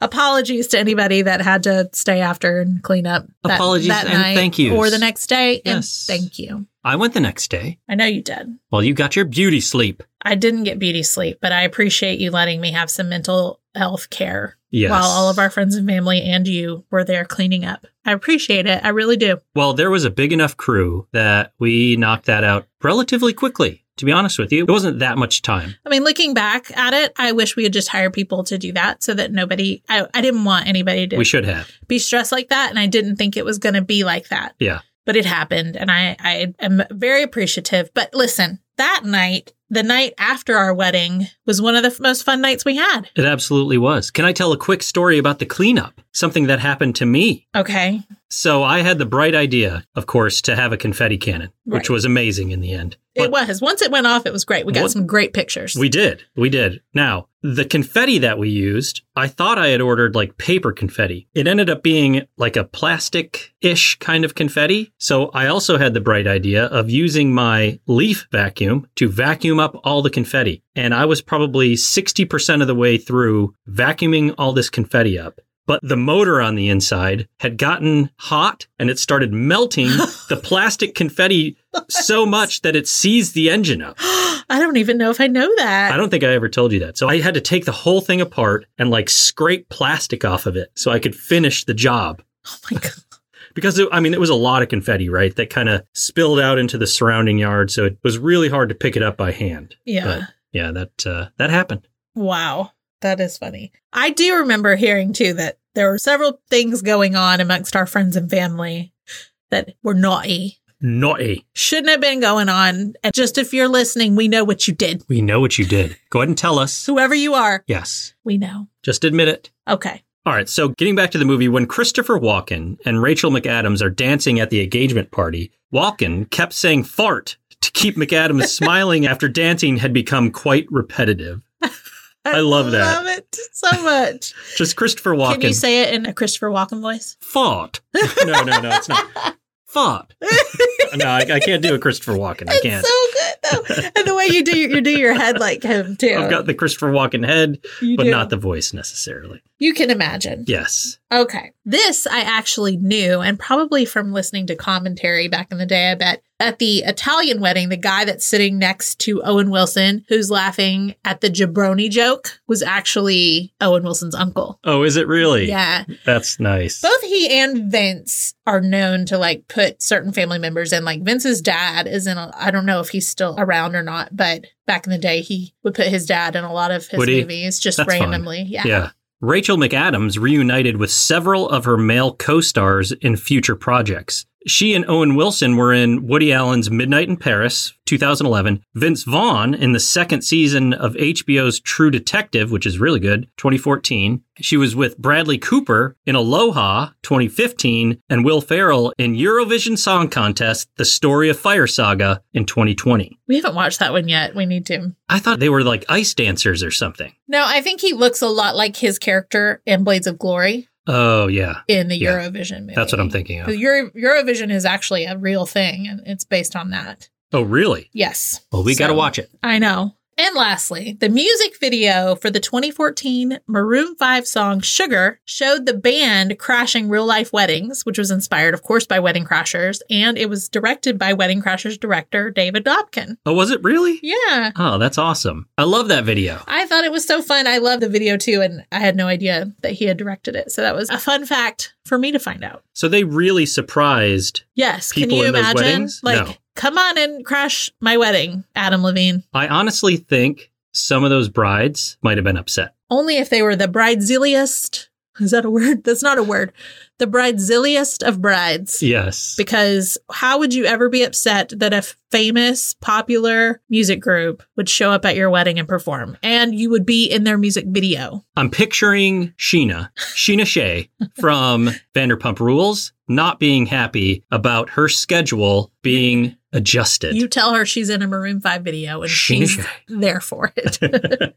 Speaker 1: Apologies to anybody that had to stay after and clean up. That,
Speaker 2: Apologies
Speaker 1: that
Speaker 2: and
Speaker 1: night
Speaker 2: thank yous.
Speaker 1: Or the next day.
Speaker 2: Yes.
Speaker 1: And thank you.
Speaker 2: I went the next day.
Speaker 1: I know you did.
Speaker 2: Well, you got your beauty sleep.
Speaker 1: I didn't get beauty sleep, but I appreciate you letting me have some mental health care
Speaker 2: Yes.
Speaker 1: while all of our friends and family and you were there cleaning up. I appreciate it. I really do.
Speaker 2: Well, there was a big enough crew that we knocked that out relatively quickly. To be honest with you, it wasn't that much time.
Speaker 1: I mean, looking back at it, I wish we had just hired people to do that so that nobody, I, I didn't want anybody to
Speaker 2: We should have.
Speaker 1: be stressed like that. And I didn't think it was going to be like that.
Speaker 2: Yeah.
Speaker 1: But it happened. And I, I am very appreciative. But listen, that night, the night after our wedding was one of the f- most fun nights we had.
Speaker 2: It absolutely was. Can I tell a quick story about the cleanup? Something that happened to me.
Speaker 1: Okay.
Speaker 2: So I had the bright idea, of course, to have a confetti cannon, which
Speaker 1: Right.
Speaker 2: was amazing in the end.
Speaker 1: it was. Once it went off, it was great. We got
Speaker 2: What-
Speaker 1: some great pictures.
Speaker 2: We did. We did. Now, the confetti that we used, I thought I had ordered like paper confetti. It ended up being like a plastic ish kind of confetti. So I also had the bright idea of using my leaf vacuum to vacuum up all the confetti. And I was probably 60% of the way through vacuuming all this confetti up. But the motor on the inside had gotten hot and it started melting the plastic confetti so much that it seized the engine up.
Speaker 1: [gasps] I don't even know if I know that.
Speaker 2: I don't think I ever told you that. So I had to take the whole thing apart and like scrape plastic off of it so I could finish the job.
Speaker 1: oh [laughs] my god.
Speaker 2: Because it, I mean, it was a lot of confetti, right? That kind of spilled out into the surrounding yard, so it was really hard to pick it up by hand.
Speaker 1: Yeah.
Speaker 2: But, yeah, that uh, that happened.
Speaker 1: Wow. That is funny. I do remember hearing too that there were several things going on amongst our friends and family that were naughty.
Speaker 2: Naughty.
Speaker 1: Shouldn't have been going on. And just if you're listening, we know what you did.
Speaker 2: We know what you did. Go ahead and tell us.
Speaker 1: Whoever you are,
Speaker 2: Yes,
Speaker 1: we know.
Speaker 2: just admit it.
Speaker 1: Okay.
Speaker 2: All right, so getting back to the movie, when Christopher Walken and Rachel McAdams are dancing at the engagement party, Walken kept saying fart to
Speaker 1: [laughs]
Speaker 2: keep McAdams smiling after dancing had become quite repetitive. I love that.
Speaker 1: love it so
Speaker 2: [laughs]
Speaker 1: much.
Speaker 2: Just Christopher Walken.
Speaker 1: Can you say it in a Christopher Walken voice?
Speaker 2: fart? no, no, no, it's not.
Speaker 1: [laughs]
Speaker 2: Fart. no, I, I can't do a Christopher Walken. I can't.
Speaker 1: It's so good though. and the way you do you do your head like him too.
Speaker 2: [laughs] I've got the Christopher Walken head,
Speaker 1: You
Speaker 2: but
Speaker 1: do.
Speaker 2: not the voice necessarily.
Speaker 1: You can imagine.
Speaker 2: Yes.
Speaker 1: Okay. This I actually knew, and probably from listening to commentary back in the day, I bet. At the Italian wedding, the guy that's sitting next to Owen Wilson, who's laughing at the jabroni joke, was actually Owen Wilson's uncle.
Speaker 2: Oh, is it really?
Speaker 1: Yeah.
Speaker 2: That's nice.
Speaker 1: Both he and Vince are known to like put certain family members in. Like Vince's dad is in, a, I don't know if he's still around or not, but back in the day, he would put his dad in a lot of his
Speaker 2: Would he?
Speaker 1: movies just
Speaker 2: That's fine.
Speaker 1: randomly. Yeah.
Speaker 2: Yeah. Rachel McAdams reunited with several of her male co stars in future projects. She and Owen Wilson were in Woody Allen's Midnight in Paris, 2011, Vince Vaughn in the second season of HBO's True Detective, which is really good, 2014. She was with Bradley Cooper in Aloha, 2015, and Will Ferrell in Eurovision Song Contest, The Story of Fire Saga, in 2020.
Speaker 1: We haven't watched that one yet. We need to.
Speaker 2: I thought they were like ice dancers or something.
Speaker 1: No, I think he looks a lot like his character in Blades of Glory
Speaker 2: Oh, yeah.
Speaker 1: in the
Speaker 2: Yeah.
Speaker 1: Eurovision movie.
Speaker 2: That's what I'm thinking of.
Speaker 1: The Euro- Eurovision is actually a real thing, and it's based on that.
Speaker 2: Oh, really?
Speaker 1: Yes.
Speaker 2: Well, we
Speaker 1: So-
Speaker 2: got to watch it.
Speaker 1: I know. And lastly, the music video for the 2014 Maroon 5 song Sugar showed the band crashing real life weddings, which was inspired, of course, by Wedding Crashers. And it was directed by Wedding Crashers director David Dobkin.
Speaker 2: Oh, was it really?
Speaker 1: Yeah.
Speaker 2: Oh, that's awesome. I love that video.
Speaker 1: I thought it was so fun. I love the video too, and I had no idea that he had directed it. So that was a fun fact for me to find out.
Speaker 2: So they really surprised.
Speaker 1: Yes, can
Speaker 2: People
Speaker 1: you
Speaker 2: in those
Speaker 1: imagine?
Speaker 2: weddings?
Speaker 1: Like,
Speaker 2: No.
Speaker 1: come on and crash my wedding, Adam Levine.
Speaker 2: I honestly think some of those brides might have been upset.
Speaker 1: Only if they were the bridezilliest. [laughs] Is that a word? That's not a word. The bridezilliest of brides.
Speaker 2: Yes.
Speaker 1: Because how would you ever be upset that a famous, popular music group would show up at your wedding and perform? And you would be in their music video.
Speaker 2: I'm picturing Sheena,
Speaker 1: [laughs]
Speaker 2: Sheena Shea from Vanderpump Rules, not being happy about her schedule being adjusted.
Speaker 1: You tell her she's in a Maroon 5 video and
Speaker 2: She-
Speaker 1: she's there for it.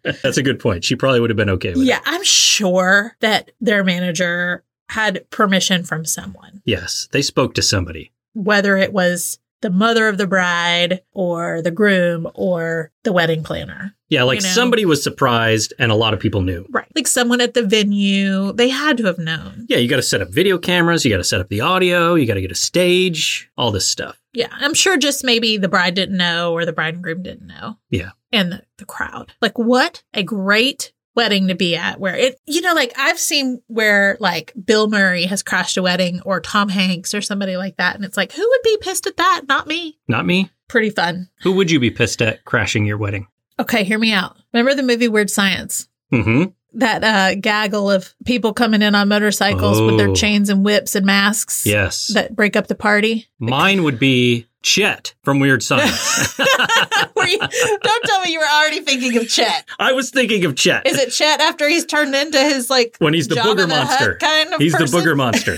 Speaker 2: [laughs] that's a good point. She probably would have been okay with it.
Speaker 1: yeah, I'm sure that their manager had permission from someone,
Speaker 2: Yes. They spoke to somebody.
Speaker 1: whether it was the mother of the bride or the groom or the wedding planner.
Speaker 2: Yeah, like
Speaker 1: You know.
Speaker 2: somebody was surprised and a lot of people knew.
Speaker 1: Right. Like someone at the venue, they had to have known.
Speaker 2: Yeah, you got to set up video cameras, you got to set up the audio, you got to get a stage, all this stuff.
Speaker 1: Yeah, I'm sure just maybe the bride didn't know or the bride and groom didn't know.
Speaker 2: Yeah.
Speaker 1: And the, the crowd. Like, what a great wedding to be at where it, you know, like I've seen where like Bill Murray has crashed a wedding or Tom Hanks or somebody like that. And it's like, who would be pissed at that? Not me.
Speaker 2: Not me.
Speaker 1: Pretty fun.
Speaker 2: Who would you be pissed at crashing your wedding?
Speaker 1: Okay, hear me out. Remember the movie Weird Science?
Speaker 2: Mm-hmm.
Speaker 1: That uh, gaggle of people coming in on motorcycles with their
Speaker 2: Oh.
Speaker 1: chains and whips and masks
Speaker 2: Yes.
Speaker 1: that break up the party. [laughs]
Speaker 2: Mine would be Chet from Weird Science.
Speaker 1: Were you, don't tell me you were already thinking of Chet.
Speaker 2: [laughs] I was thinking of Chet.
Speaker 1: Is it Chet after he's turned into his like
Speaker 2: when he's the
Speaker 1: Jabba
Speaker 2: booger
Speaker 1: Hutt
Speaker 2: monster?
Speaker 1: kind of
Speaker 2: he's
Speaker 1: person? [laughs]
Speaker 2: the booger monster.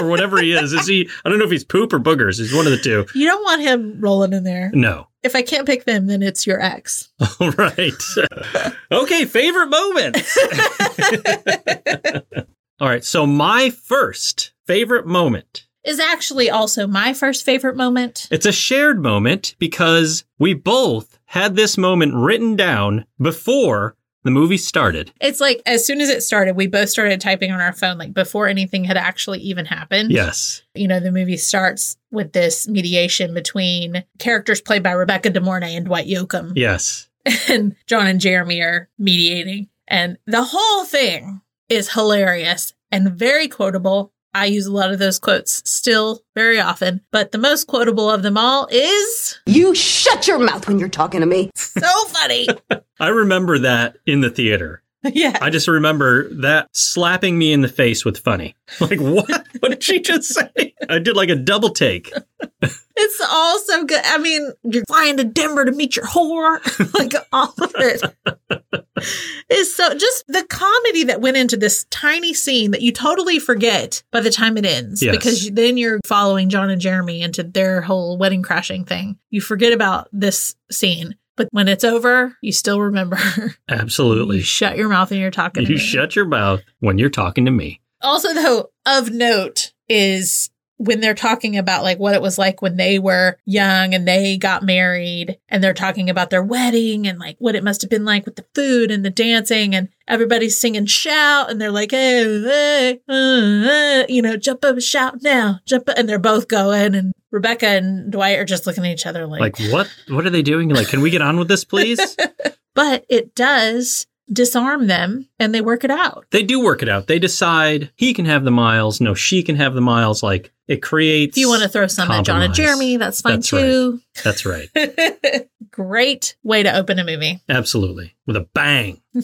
Speaker 2: or whatever he is. Is he? I don't know if he's poop or boogers. He's one of the two.
Speaker 1: You don't want him rolling in there.
Speaker 2: No.
Speaker 1: If I can't pick them, then it's your ex.
Speaker 2: [laughs] All right. okay, favorite
Speaker 1: [laughs]
Speaker 2: moments. [laughs] All right. So my first favorite moment.
Speaker 1: Is actually also my first favorite moment.
Speaker 2: It's a shared moment because we both had this moment written down before the movie started.
Speaker 1: It's like as soon as it started, we both started typing on our phone, like before anything had actually even happened.
Speaker 2: Yes.
Speaker 1: You know, the movie starts with this mediation between characters played by Rebecca De Mornay and Dwight Yoakam.
Speaker 2: Yes.
Speaker 1: And John and Jeremy are mediating. And the whole thing is hilarious and very quotable. I use a lot of those quotes still very often, but the most quotable of them all is
Speaker 6: You shut your mouth when you're talking to me.
Speaker 1: so funny.
Speaker 2: I remember that in the theater.
Speaker 1: yeah.
Speaker 2: I just remember that slapping me in the face with funny. [laughs] Like, what? What did she just say? I did like a double take.
Speaker 1: It's all so good. I mean, you're flying to Denver to meet your whore. [laughs] like all of it is so just the comedy that went into this tiny scene that you totally forget by the time it ends
Speaker 2: Yes.
Speaker 1: because you- then you're following John and Jeremy into their whole wedding crashing thing. You forget about this scene, but when it's over, you still remember. [laughs] you
Speaker 2: Absolutely.
Speaker 1: shut your mouth and you're talking. to
Speaker 2: You
Speaker 1: me.
Speaker 2: shut your mouth when you're talking to me.
Speaker 1: Also, though, of note is when they're talking about like what it was like when they were young and they got married and they're talking about their wedding and like what it must have been like with the food and the dancing and everybody's singing shout and they're like hey, hey, uh, uh," you know jump up and shout now jump up and they're both going and Rebecca and Dwight are just looking at each other
Speaker 2: Like, what? What are they doing? Like, can we get on with this, please?
Speaker 1: but it does disarm them and they work it out
Speaker 2: they do work it out. They decide he can have the miles. No, she can have the miles. Like, it creates.
Speaker 1: if you want to throw some at John and
Speaker 2: Compromise.
Speaker 1: Jeremy that's fine
Speaker 2: That's right.
Speaker 1: too [laughs]
Speaker 2: That's right.
Speaker 1: Great way to open a movie.
Speaker 2: Absolutely. With a bang.
Speaker 1: [laughs]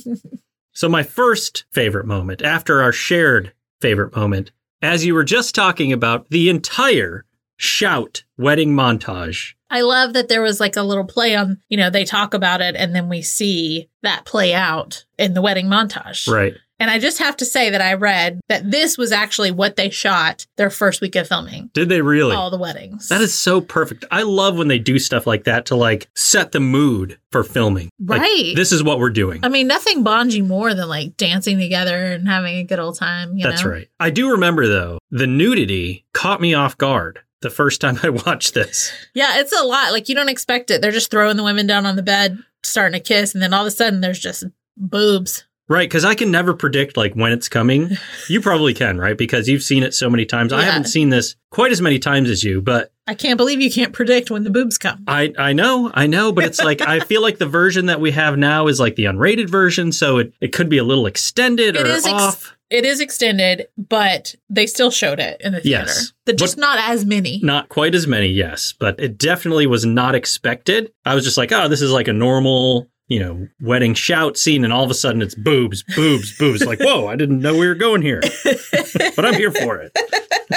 Speaker 2: so, my first favorite moment after our shared favorite moment, as you were just talking about the entire shout wedding montage.
Speaker 1: I love that there was like a little play on, you know, they talk about it and then we see that play out in the wedding montage.
Speaker 2: Right.
Speaker 1: And I just have to say that I read that this was actually what they shot their first week of filming,
Speaker 2: Did they really?
Speaker 1: all the weddings.
Speaker 2: That is so perfect. I love when they do stuff like that to like set the mood for filming. Like,
Speaker 1: Right.
Speaker 2: this is what we're doing.
Speaker 1: I mean, nothing bonds you more than like dancing together and having a good old time. You
Speaker 2: That's
Speaker 1: know?
Speaker 2: right. I do remember though, the nudity caught me off guard the first time I [laughs] watched this.
Speaker 1: Yeah, it's a lot. Like you don't expect it. They're just throwing the women down on the bed, starting to kiss, and then all of a sudden there's just boobs.
Speaker 2: Right, because I can never predict like when it's coming.
Speaker 1: [laughs]
Speaker 2: You probably can, right? Because you've seen it so many times. I
Speaker 1: Yeah.
Speaker 2: haven't seen this quite as many times as you, but
Speaker 1: I can't believe you can't [laughs] predict when the boobs come.
Speaker 2: I I know, I know, but it's like I feel like the version that we have now is like the unrated version, so it, it could be a little extended
Speaker 1: It
Speaker 2: or
Speaker 1: is ex-
Speaker 2: off.
Speaker 1: It is extended, but they still showed it in the theater.
Speaker 2: Yes.
Speaker 1: The, just
Speaker 2: But-
Speaker 1: not as many.
Speaker 2: Not quite as many, yes, but it definitely was not expected. I was just like, oh, this is like a normal, you know, wedding shout scene, and all of a sudden it's boobs, boobs, boobs. Like, whoa, I didn't know we were going here, but I'm here for it.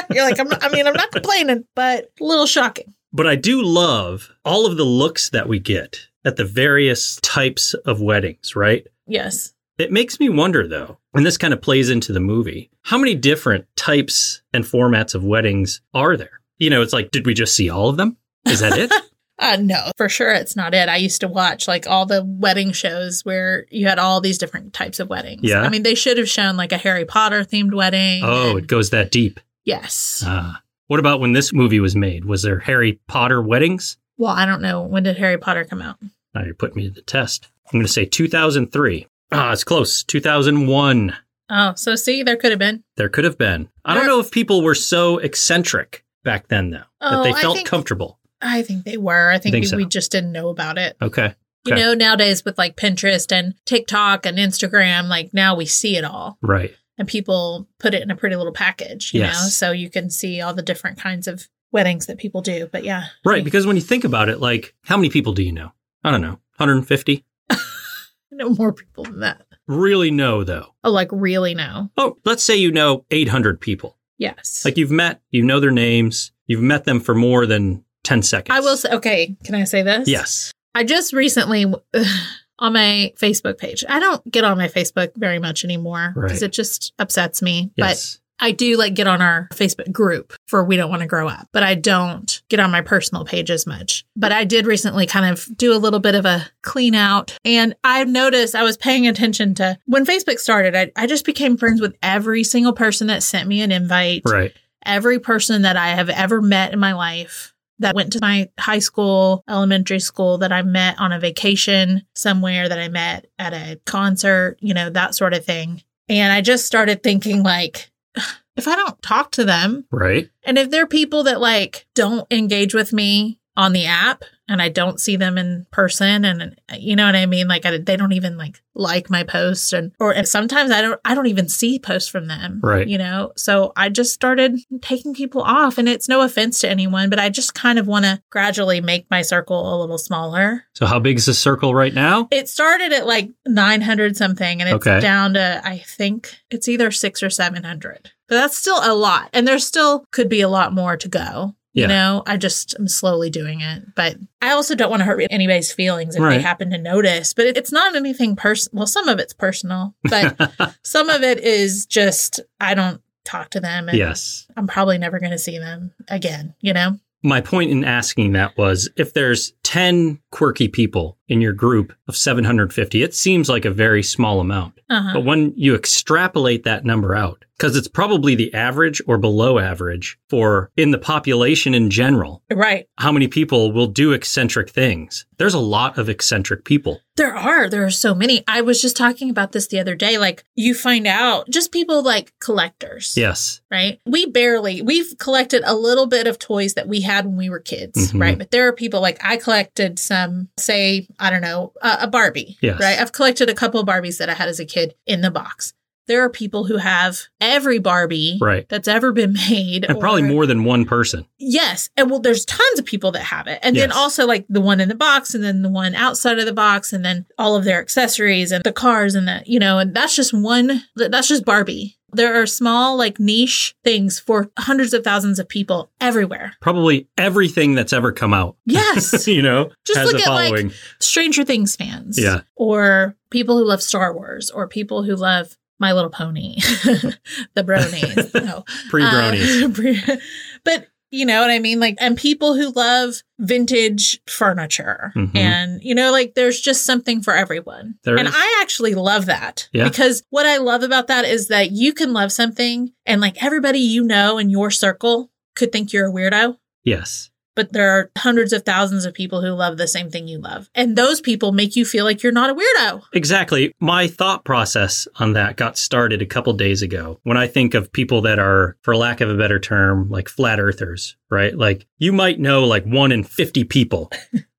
Speaker 1: [laughs] You're like, I'm, I mean, I'm not complaining, but a little shocking.
Speaker 2: But I do love all of the looks that we get at the various types of weddings, right?
Speaker 1: Yes.
Speaker 2: It makes me wonder, though, and this kind of plays into the movie how many different types and formats of weddings are there? You know, it's like, did we just see all of them? Is that it?
Speaker 1: Uh, no, for sure it's not it. I used to watch like all the wedding shows where you had all these different types of weddings.
Speaker 2: Yeah.
Speaker 1: I mean, they should have shown like a Harry Potter themed wedding.
Speaker 2: oh, it
Speaker 1: and-
Speaker 2: goes that deep.
Speaker 1: yes.
Speaker 2: Ah. What about when this movie was made? Was there Harry Potter weddings?
Speaker 1: well, I don't know. When did Harry Potter come out?
Speaker 2: Now you're putting me to the test. I'm going to say 2003. Ah, it's close. 2001.
Speaker 1: Oh, so see, there could have been.
Speaker 2: There could have been. I don't
Speaker 1: There-
Speaker 2: know if people were so eccentric back then, though,
Speaker 1: Oh,
Speaker 2: that they
Speaker 1: I
Speaker 2: felt
Speaker 1: think-
Speaker 2: comfortable.
Speaker 1: I think they were. I think,
Speaker 2: Think
Speaker 1: we,
Speaker 2: so.
Speaker 1: we just didn't know about it.
Speaker 2: Okay.
Speaker 1: You
Speaker 2: Okay.
Speaker 1: know, nowadays with like Pinterest and TikTok and Instagram, like now we see it all.
Speaker 2: Right.
Speaker 1: and people put it in a pretty little package, you
Speaker 2: Yes.
Speaker 1: know, so you can see all the different kinds of weddings that people do. But yeah,
Speaker 2: Right. Because when you think about it, like, how many people do you know? I don't know. 150?
Speaker 1: I know more people than that.
Speaker 2: Really know, though.
Speaker 1: Oh, like really? No.
Speaker 2: Oh, let's say you know 800 people.
Speaker 1: Yes.
Speaker 2: Like, you've met, you know their names, you've met them for more than 10 seconds.
Speaker 1: I will say, okay, can I say this?
Speaker 2: Yes.
Speaker 1: I just recently [sighs] on my Facebook page, I don't get on my Facebook very much anymore because
Speaker 2: Right.
Speaker 1: it just upsets me.
Speaker 2: Yes.
Speaker 1: But I do like get on our Facebook group for We Don't Want to Grow Up, but I don't get on my personal page as much. But I did recently kind of do a little bit of a clean out. And I noticed I was paying attention to when Facebook started, I, I just became friends with every single person that sent me an invite,
Speaker 2: Right.
Speaker 1: every person that I have ever met in my life that went to my high school, elementary school, that I met on a vacation somewhere, that I met at a concert, you know, that sort of thing. And I just started thinking, like, [sighs] if I don't talk to them,
Speaker 2: Right.
Speaker 1: and if they're people that like don't engage with me on the app and I don't see them in person and you know what I mean like I, they don't even like like my posts and or if sometimes I don't I don't even see posts from them
Speaker 2: Right.
Speaker 1: you know so I just started taking people off and it's no offense to anyone but I just kind of want to gradually make my circle a little smaller
Speaker 2: So how big is the circle right now?
Speaker 1: it started at like 900 something and it's
Speaker 2: Okay.
Speaker 1: down to, I think it's either six or 700. But that's still a lot. And there still could be a lot more to go.
Speaker 2: Yeah.
Speaker 1: You know, I just am slowly doing it. But I also don't want to hurt anybody's feelings if
Speaker 2: Right.
Speaker 1: they happen to notice. But it, it's not anything personal. Well, some of it's personal, but
Speaker 2: [laughs]
Speaker 1: some of it is just, I don't talk to them. And
Speaker 2: yes.
Speaker 1: I'm probably never going to see them again, you know?
Speaker 2: My point in asking that was if there's 10 quirky people in your group of 750, it seems like a very small amount.
Speaker 1: Uh-huh.
Speaker 2: But when you extrapolate that number out, because it's probably the average or below average for in the population in general,
Speaker 1: Right.
Speaker 2: how many people will do eccentric things? There's a lot of eccentric people.
Speaker 1: There are. There are so many. I was just talking about this the other day. Like, you find out just people like collectors.
Speaker 2: Yes.
Speaker 1: Right. We barely, we've collected a little bit of toys that we had when we were kids.
Speaker 2: Mhm.
Speaker 1: Right. But there are people like I collected some, say, I don't know, a, a Barbie.
Speaker 2: Yes.
Speaker 1: Right. I've collected a couple of Barbies that I had as a kid in the box. There are people who have every Barbie
Speaker 2: Right.
Speaker 1: that's ever been [laughs] made.
Speaker 2: And probably
Speaker 1: or-
Speaker 2: more than one person.
Speaker 1: Yes. And well, there's tons of people that have it. And then
Speaker 2: Yes.
Speaker 1: also like the one in the box and then the one outside of the box and then all of their accessories and the cars and the, you know, and that's just one, th- that's just Barbie. There are small, like niche things for hundreds of thousands of people everywhere.
Speaker 2: Probably everything that's ever come out, [laughs]
Speaker 1: Yes.
Speaker 2: you know,
Speaker 1: Just
Speaker 2: has
Speaker 1: look
Speaker 2: a
Speaker 1: at, like,
Speaker 2: following.
Speaker 1: Stranger Things fans.
Speaker 2: Yeah.
Speaker 1: Or people who love Star Wars or people who love My Little Pony, [laughs] the bronies. No.
Speaker 2: Pre bronies.
Speaker 1: Uh, [laughs] pre- but you know what I mean? Like, and people who love vintage furniture.
Speaker 2: Mhm.
Speaker 1: And, you know, like there's just something for everyone.
Speaker 2: There
Speaker 1: and
Speaker 2: is.
Speaker 1: I actually love that
Speaker 2: Yeah.
Speaker 1: because what I love about that is that you can love something and like everybody you know in your circle could think you're a weirdo.
Speaker 2: yes.
Speaker 1: But there are hundreds of thousands of people who love the same thing you love. And those people make you feel like you're not a weirdo.
Speaker 2: Exactly. My thought process on that got started a couple days ago when I think of people that are, for lack of a better term, like flat earthers, right? Like you might know like one in 50 people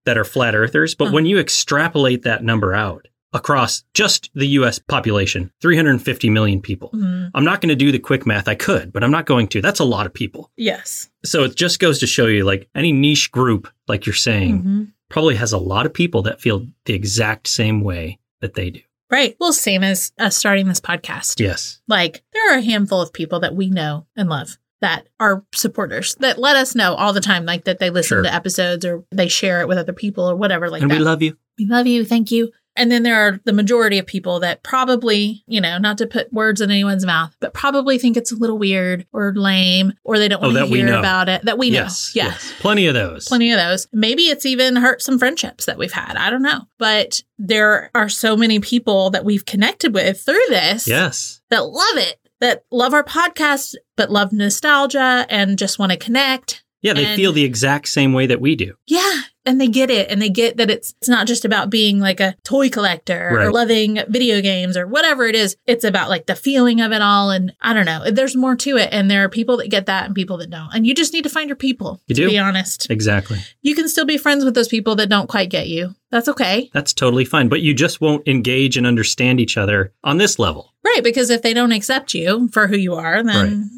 Speaker 2: that are flat earthers, but when you extrapolate that number out across just the US population, 350 million people.
Speaker 1: Mm,
Speaker 2: I'm not going to do the quick math. I could, but I'm not going to. That's a lot of people.
Speaker 1: yes.
Speaker 2: So it just goes to show you like any niche group, like you're saying,
Speaker 1: Mhm.
Speaker 2: probably has a lot of people that feel the exact same way that they do.
Speaker 1: Right. Well, same as us starting this podcast.
Speaker 2: Yes.
Speaker 1: Like, there are a handful of people that we know and love that are supporters that let us know all the time, like that they listen
Speaker 2: Sure.
Speaker 1: to episodes or they share it with other people or whatever, like
Speaker 2: and
Speaker 1: that.
Speaker 2: we love you.
Speaker 1: we love you. Thank you. And then there are the majority of people that probably, you know, not to put words in anyone's mouth, but probably think it's a little weird or lame or they don't
Speaker 2: Oh,
Speaker 1: want to
Speaker 2: that we
Speaker 1: hear
Speaker 2: know.
Speaker 1: about it. That we know.
Speaker 2: Yes,
Speaker 1: yeah.
Speaker 2: yes. Plenty of those.
Speaker 1: Plenty of those. Maybe it's even hurt some friendships that we've had. I don't know. But there are so many people that we've connected with through this
Speaker 2: Yes.
Speaker 1: that love it, that love our podcast, but love nostalgia and just want to connect.
Speaker 2: Yeah, they
Speaker 1: And-
Speaker 2: feel the exact same way that we do.
Speaker 1: Yeah. And they get it. And they get that it's, it's not just about being like a toy collector or
Speaker 2: Right.
Speaker 1: loving video games or whatever it is. It's about like the feeling of it all. And I don't know. There's more to it. And there are people that get that and people that don't. And you just need to find your people,
Speaker 2: You
Speaker 1: to
Speaker 2: do.
Speaker 1: be honest.
Speaker 2: Exactly.
Speaker 1: You can still be friends with those people that don't quite get you. That's okay.
Speaker 2: That's totally fine. But you just won't engage and understand each other on this level.
Speaker 1: Right. Because if they don't accept you for who you are, then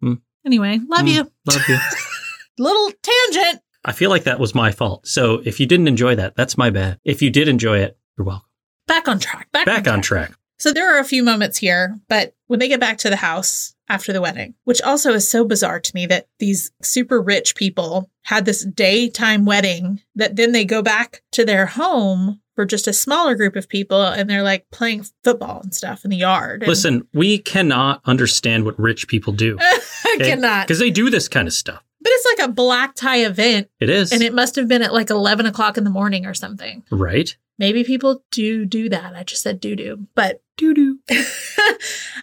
Speaker 1: Hmm.
Speaker 2: Mm.
Speaker 1: anyway, love
Speaker 2: Mm.
Speaker 1: you.
Speaker 2: Love you.
Speaker 1: Little tangent.
Speaker 2: [laughs] I feel like that was my fault. So if you didn't enjoy that, that's my bad. If you did enjoy it, you're welcome.
Speaker 1: Back on track. Back,
Speaker 2: Back on track.
Speaker 1: So there are a few moments here, but when they get back to the house after the wedding, which also is so bizarre to me that these super rich people had this daytime wedding that then they go back to their home for just a smaller group of people and they're like playing football and stuff in the yard. And
Speaker 2: Listen, we cannot understand what rich people do.
Speaker 1: [laughs] I cannot.
Speaker 2: Because they do this kind of stuff.
Speaker 1: But it's like a black tie event
Speaker 2: It is.
Speaker 1: and it must have been at like 11 o'clock in the morning or something.
Speaker 2: right?
Speaker 1: Maybe people do do that. I just said do do, but
Speaker 2: Doo doo.
Speaker 1: [laughs]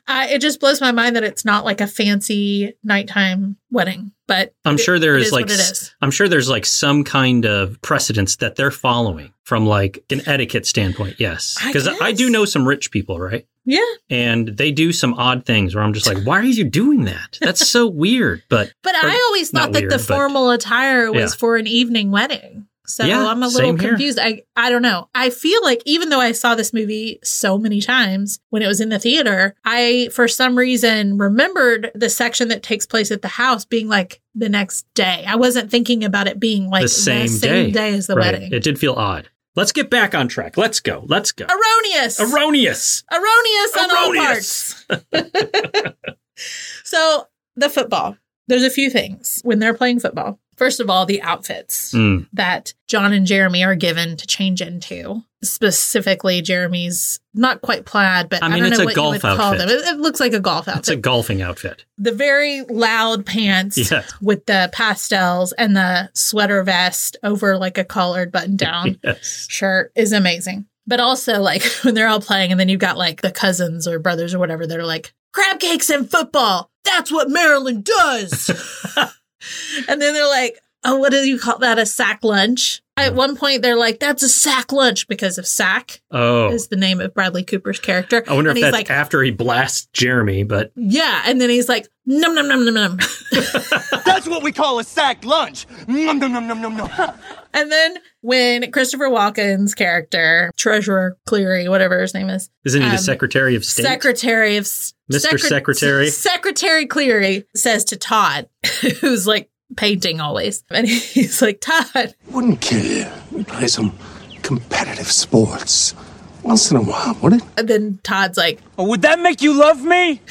Speaker 1: I, it just blows my mind that it's not like a fancy nighttime wedding. But
Speaker 2: I'm
Speaker 1: it-
Speaker 2: sure there
Speaker 1: it
Speaker 2: is, like
Speaker 1: what it
Speaker 2: s-
Speaker 1: is.
Speaker 2: I'm sure there's like some kind of precedence that they're following from like an etiquette standpoint. Yes,
Speaker 1: I
Speaker 2: because I, do
Speaker 1: guess.
Speaker 2: know some rich people, right?
Speaker 1: Yeah,
Speaker 2: And they do some odd things where I'm just like, why are you doing that? That's
Speaker 1: [laughs]
Speaker 2: so weird. But
Speaker 1: but
Speaker 2: Or-
Speaker 1: I always
Speaker 2: not
Speaker 1: thought that
Speaker 2: weird,
Speaker 1: the
Speaker 2: but-
Speaker 1: formal attire was
Speaker 2: Yeah.
Speaker 1: for an evening wedding. So
Speaker 2: Yeah,
Speaker 1: I'm a little
Speaker 2: same here.
Speaker 1: confused. I I don't know. I feel like even though I saw this movie so many times when it was in the theater, I for some reason remembered the section that takes place at the house being like the next day. I wasn't thinking about it being like
Speaker 2: the same,
Speaker 1: same day. as the
Speaker 2: Right.
Speaker 1: wedding.
Speaker 2: it did feel odd. Let's get back on track. Let's go. Let's go.
Speaker 1: Erroneous.
Speaker 2: Erroneous.
Speaker 1: erroneous on all
Speaker 2: Erroneous.
Speaker 1: parts. [laughs] so the football. There's a few things when they're playing football. First of all, the outfits
Speaker 2: Mm,
Speaker 1: that John and Jeremy are given to change into. Specifically, Jeremy's not quite plaid, but
Speaker 2: I
Speaker 1: I,
Speaker 2: mean,
Speaker 1: don't
Speaker 2: it's
Speaker 1: know
Speaker 2: a
Speaker 1: what
Speaker 2: golf
Speaker 1: you would call
Speaker 2: outfit.
Speaker 1: them. It, it looks like a golf
Speaker 2: it's a
Speaker 1: outfit.
Speaker 2: golfing outfit.
Speaker 1: the very loud pants
Speaker 2: Yeah.
Speaker 1: with the pastels and the sweater vest over like a collared button down
Speaker 2: [laughs] Yes.
Speaker 1: shirt is amazing. But also, like [laughs] when they're all playing, and then you've got like the cousins or brothers or whatever that are like, crab cakes and football. That's what Maryland
Speaker 2: [laughs]
Speaker 1: does. and then they're like, oh, what do you call that? A sack lunch. At one point, they're like, that's a sack lunch because of sack
Speaker 2: Mm. Oh,
Speaker 1: is the name of Bradley Cooper's character.
Speaker 2: I wonder
Speaker 1: and
Speaker 2: if
Speaker 1: he's like,
Speaker 2: that's after he blasts Jeremy, but
Speaker 1: yeah. And then he's like, num, num, num, num, num.
Speaker 3: That's what we call a sack lunch. Nom nom nom nom nom nom.
Speaker 1: and then when Christopher Walken's character, Treasurer Cleary, whatever his name is,
Speaker 2: isn't he
Speaker 1: Um,
Speaker 2: the Secretary of State?
Speaker 1: Secretary of S-
Speaker 2: Mr. Secretary.
Speaker 1: [laughs] Secretary Cleary says to Todd, [laughs] who's like painting always, and he's like, Todd,
Speaker 7: Wouldn't kill you. We play some competitive sports once in a while, would it?
Speaker 1: and then Todd's like,
Speaker 3: Would that make you love me?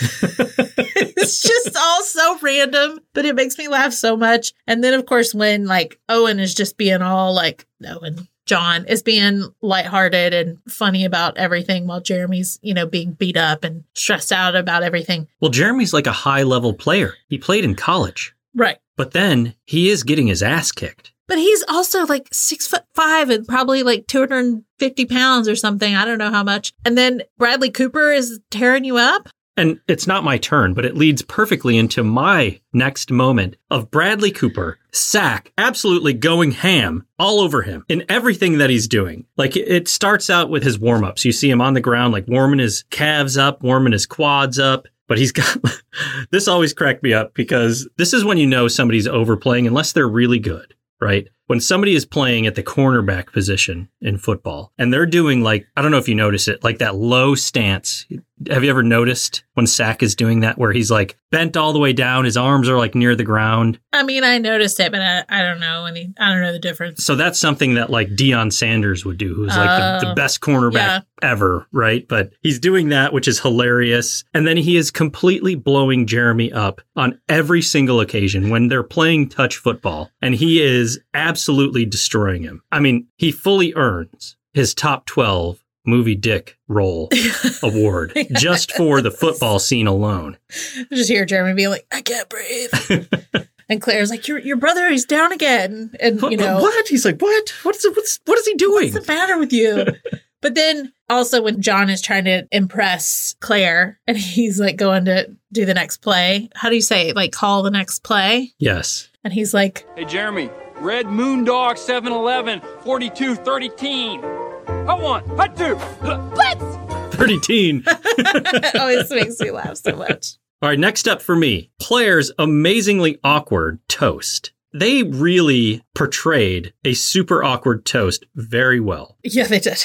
Speaker 1: it's just all so random, but it makes me laugh so much. And then of course when like Owen is just being all like Owen. John is being lighthearted and funny about everything while Jeremy's, you know, being beat up and stressed out about everything.
Speaker 2: Well, Jeremy's like a high level player. He played in college,
Speaker 1: Right.
Speaker 2: but then he is getting his ass kicked.
Speaker 1: But he's also like six foot five and probably like 250 pounds or something. I don't know how much. And then Bradley Cooper is tearing you up.
Speaker 2: And it's not my turn, but it leads perfectly into my next moment of Bradley Cooper, Sack, absolutely going ham all over him in everything that he's doing. Like it- it starts out with his warm ups. You see him on the ground, like warming his calves up, warming his quads up. But he's got [laughs] this always cracked me up because this is when you know somebody's overplaying, unless they're really good, right? When somebody is playing at the cornerback position in football and they're doing like, I don't know if you notice it, like that low stance. Have you ever noticed when Sack is doing that where he's like bent all the way down, his arms are like near the ground?
Speaker 1: I mean, I noticed it, but I, I don't know any, I don't know the difference.
Speaker 2: So that's something that like Deion Sanders would do, who's like the, the
Speaker 1: Oh.
Speaker 2: best cornerback
Speaker 1: Yeah.
Speaker 2: ever, right? But he's doing that, which is hilarious. And then he is completely blowing Jeremy up on every single occasion when they're playing touch football, and he is absolutely destroying him. I mean, he fully earns his top 12 movie dick
Speaker 1: [laughs]
Speaker 2: role award just for the football scene alone.
Speaker 1: I just hear Jeremy being like, I can't breathe.
Speaker 2: [laughs]
Speaker 1: and Claire's like, your, your brother, he's down again. And, you know,
Speaker 2: what? He's like, what? What's what's what is he doing?
Speaker 1: what's the matter with
Speaker 2: [laughs]
Speaker 1: you? But then also when John is trying to impress Claire and he's like going to do the next play, how do you say, it? like call the next play?
Speaker 2: yes.
Speaker 1: And he's like,
Speaker 8: Hey, Jeremy. Red Moon Dog 711 42 30 teen. Hut one, hut two.
Speaker 2: Pretty teen.
Speaker 1: It always makes me laugh so much.
Speaker 2: All right, next up for me, Claire's amazingly awkward toast. They really portrayed a super awkward toast very well.
Speaker 1: Yeah, they did.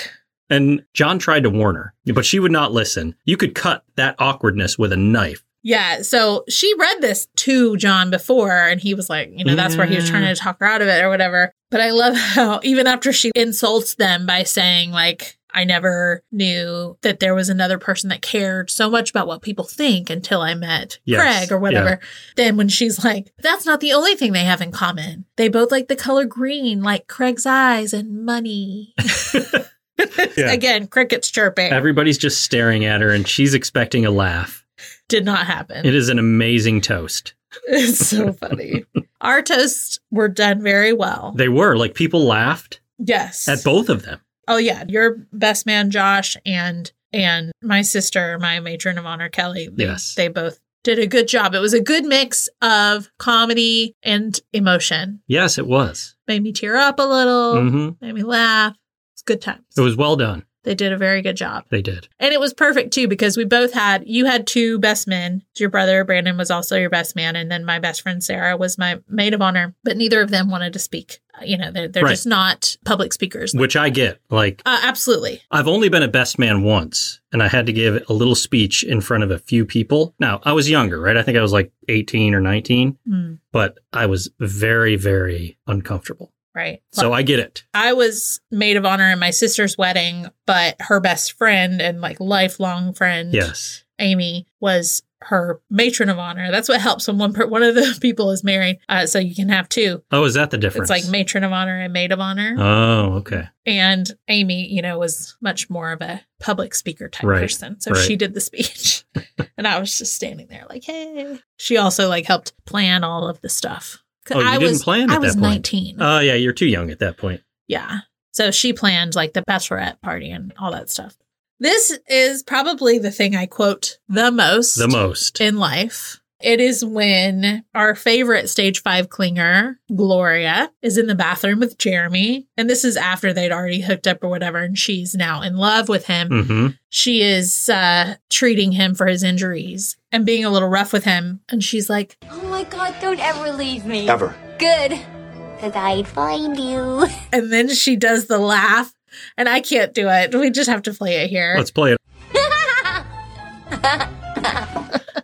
Speaker 2: And John tried to warn her, but she would not listen. You could cut that awkwardness with a knife.
Speaker 1: Yeah, so she read this to John before, and he was like, you know, that's where he was trying to talk her out of it or whatever. But I love how even after she insults them by saying like, I never knew that there was another person that cared so much about what people think until I met
Speaker 2: Yes,
Speaker 1: Craig or whatever. Then when she's like, that's not the only thing they have in common. They both like the color green, like Craig's eyes and money.
Speaker 9: Yeah.
Speaker 1: [laughs] Again, crickets chirping.
Speaker 2: Everybody's just staring at her and she's expecting a laugh.
Speaker 1: Did not happen.
Speaker 2: It is an amazing toast.
Speaker 1: It's so funny. Our toasts were done very well.
Speaker 2: They were like people laughed
Speaker 1: Yes.
Speaker 2: at both of them.
Speaker 1: oh yeah, your best man Josh and and my sister, my matron of honor Kelly. They,
Speaker 2: Yes.
Speaker 1: they both did a good job. It was a good mix of comedy and emotion.
Speaker 2: Yes, it was.
Speaker 1: Made me tear up a little.
Speaker 2: hmm
Speaker 1: Made me laugh. It's good times.
Speaker 2: It was well done.
Speaker 1: they did a very good job.
Speaker 2: They did.
Speaker 1: And it was perfect too because we both had you had two best men. Your brother Brandon was also your best man, and then my best friend Sarah was my maid of honor. But neither of them wanted to speak. Uh, You know, they're they're
Speaker 2: Right.
Speaker 1: just not public speakers.
Speaker 2: Which I get. Like,
Speaker 1: Uh, absolutely,
Speaker 2: I've only been a best man once, and I had to give a little speech in front of a few people. Now, I was younger, right? I think I was like 18 or 19,
Speaker 1: Hmm,
Speaker 2: but I was very, very uncomfortable.
Speaker 1: right?
Speaker 2: So I get it.
Speaker 1: I was maid of honor in my sister's wedding, but her best friend and like lifelong friend,
Speaker 2: Yes.
Speaker 1: Amy, was her matron of honor. That's what helps when one per- one of the [laughs] people is married, uh, so you can have two.
Speaker 2: Oh, is that the difference?
Speaker 1: It's like matron of honor and maid of honor.
Speaker 2: Oh, okay.
Speaker 1: And Amy, you know, was much more of a public speaker type
Speaker 2: Right,
Speaker 1: person. So
Speaker 2: right.
Speaker 1: she did the speech. [laughs] and I was just standing there like, hey. She also like helped plan all of the stuff. 'Cause
Speaker 2: Oh, you
Speaker 1: I
Speaker 2: didn't
Speaker 1: was,
Speaker 2: plan
Speaker 1: I
Speaker 2: at
Speaker 1: was
Speaker 2: that point.
Speaker 1: 19.
Speaker 2: Oh, yeah. You're too young at that point.
Speaker 1: yeah. So she planned like the bachelorette party and all that stuff. This is probably the thing I quote the most
Speaker 2: The most.
Speaker 1: in life. It is when our favorite stage five clinger, Gloria, is in the bathroom with Jeremy. And this is after they'd already hooked up or whatever, and she's now in love with him.
Speaker 2: hmm
Speaker 1: She is uh, treating him for his injuries and being a little rough with him. And she's like,
Speaker 5: Oh my god, don't ever leave me.
Speaker 4: Ever.
Speaker 5: Good. Cause I'd find you.
Speaker 1: and then she does the laugh. And I can't do it. We just have to play it here. [laughs]
Speaker 2: Let's play it.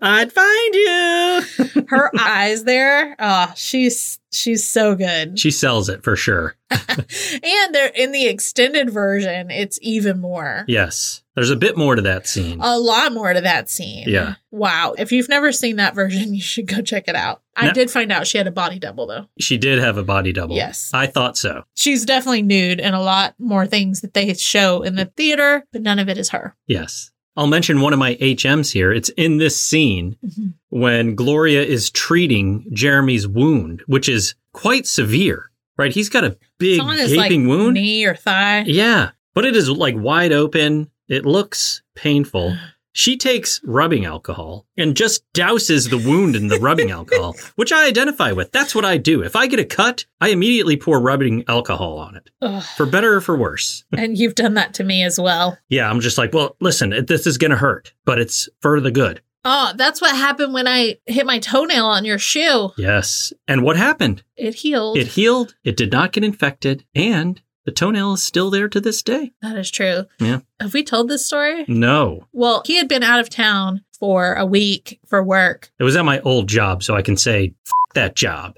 Speaker 2: I'd find you. [laughs]
Speaker 1: Her eyes there. Oh, she's she's so good.
Speaker 2: She sells it for sure.
Speaker 1: And they're in the extended version, it's even more.
Speaker 2: Yes. There's a bit more to that scene.
Speaker 1: a lot more to that scene.
Speaker 2: Yeah.
Speaker 1: Wow. If you've never seen that version, [laughs] you should go check it out. I
Speaker 2: No.
Speaker 1: did find out she had a body double though.
Speaker 2: She did have a body double.
Speaker 1: Yes.
Speaker 2: I thought so.
Speaker 1: She's definitely nude and a lot more things that they show in the theater, but none of it is her.
Speaker 2: Yes. I'll mention one of my HMs here. It's in this scene
Speaker 1: Mm-hmm.
Speaker 2: when Gloria is treating Jeremy's wound, which is quite severe, right? He's got a big
Speaker 1: It's on his like
Speaker 2: gaping wound.
Speaker 1: knee or
Speaker 2: [laughs]
Speaker 1: thigh.
Speaker 2: Yeah, but it is like wide open. It looks painful. She takes rubbing alcohol and just douses the wound in the rubbing
Speaker 1: [laughs]
Speaker 2: alcohol, which I identify with. That's what I do. If I get a cut, I immediately pour rubbing alcohol on it,
Speaker 1: Ugh.
Speaker 2: for better or for worse.
Speaker 1: and you've done that to me as well.
Speaker 2: Yeah, I'm just like, well, listen, it- this is going to hurt, but it's for the good.
Speaker 1: Oh, that's what happened when I hit my toenail on your shoe.
Speaker 2: Yes. And what happened?
Speaker 1: It healed.
Speaker 2: It healed, it did not get infected, and the toenail is still there to this day.
Speaker 1: that is true.
Speaker 2: Yeah.
Speaker 1: Have we told this story?
Speaker 2: No.
Speaker 1: Well, he had been out of town for a week for work
Speaker 2: It was at my old job, so I can say, F-
Speaker 1: [laughs]
Speaker 2: that job.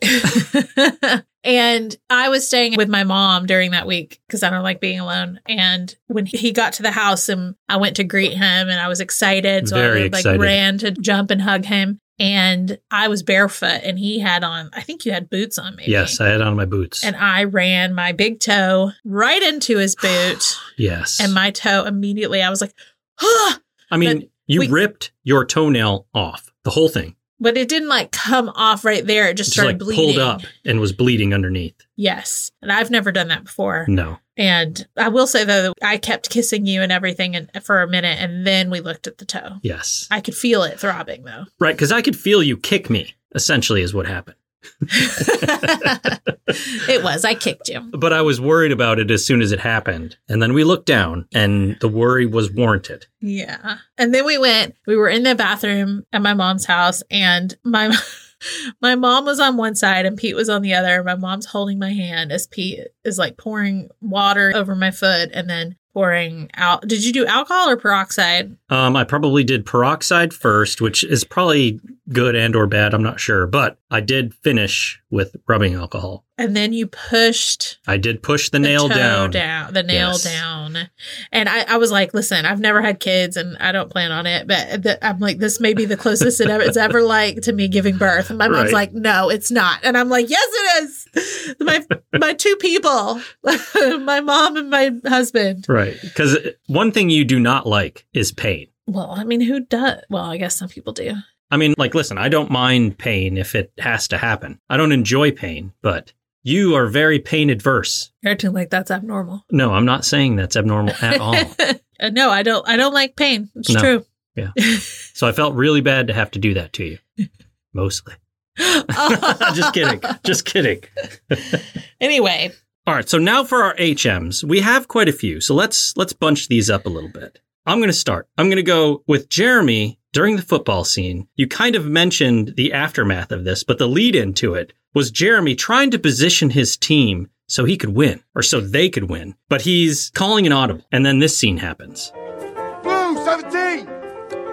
Speaker 1: and I was staying with my mom during that week because I don't like being alone. And when he got to the house and I went to greet him and I was excited. So
Speaker 2: Very
Speaker 1: I like
Speaker 2: excited.
Speaker 1: ran to jump and hug him. And I was barefoot and he had on, I think you had boots on me.
Speaker 2: Yes, I had on my boots.
Speaker 1: And I ran my big toe right into his
Speaker 2: [sighs]
Speaker 1: boot
Speaker 2: yes.
Speaker 1: and my toe immediately, I was like, huh.
Speaker 2: I mean,
Speaker 1: but
Speaker 2: you
Speaker 1: we-
Speaker 2: ripped your toenail off, the whole thing.
Speaker 1: But it didn't like come off right there. It just,
Speaker 2: Just
Speaker 1: started
Speaker 2: like pulled
Speaker 1: bleeding.
Speaker 2: up and was bleeding underneath.
Speaker 1: Yes. And I've never done that before.
Speaker 2: No.
Speaker 1: And I will say though, that I kept kissing you and everything, and for a minute, and then we looked at the toe.
Speaker 2: Yes.
Speaker 1: I could feel it throbbing though.
Speaker 2: Right, because I could feel you kick me, essentially, is what happened.
Speaker 1: it was. I kicked you.
Speaker 2: But I was worried about it as soon as it happened. And then we looked down, and the worry was warranted.
Speaker 1: Yeah. And then we went. We were in the bathroom at my mom's house, and my [laughs] my mom was on one side and Pete was on the other. My mom's holding my hand as Pete is like pouring water over my foot, and then pouring out. Did you do alcohol or peroxide?
Speaker 2: Um, I probably did peroxide first, which is probably good and or bad. I'm not sure, but I did finish with rubbing alcohol.
Speaker 1: And then you pushed
Speaker 2: I did push the,
Speaker 1: the
Speaker 2: nail
Speaker 1: toe
Speaker 2: down.
Speaker 1: the nail
Speaker 2: Yes.
Speaker 1: down. And I, I was like, listen, I've never had kids and I don't plan on it, but th- I'm like, this may be the closest it ever, it's
Speaker 2: [laughs]
Speaker 1: ever like to me giving birth. And my mom's
Speaker 2: Right.
Speaker 1: like, no, it's not. And I'm like, yes, it is. My, my two people, [laughs] my mom and my husband.
Speaker 2: Right. Because one thing you do not like is pain.
Speaker 1: Well, I mean, who does? Well, I guess some people do.
Speaker 2: I mean, like, listen, I don't mind pain if it has to happen. I don't enjoy pain, but you are very pain adverse.
Speaker 1: You're acting like that's abnormal.
Speaker 2: No, I'm not saying that's abnormal at all.
Speaker 1: Uh, no, I don't. I don't like pain. It's
Speaker 2: No.
Speaker 1: true.
Speaker 2: so I felt really bad to have to do that to you. Mostly. Just kidding. Just kidding.
Speaker 1: Anyway,
Speaker 2: All right, so now for our HMs. We have quite a few. So let's let's bunch these up a little bit. I'm going to start. I'm going to go with Jeremy during the football scene. You kind of mentioned the aftermath of this, but the lead into it was Jeremy trying to position his team so he could win or so they could win. But he's calling an audible and then this scene happens.
Speaker 4: Blue 17!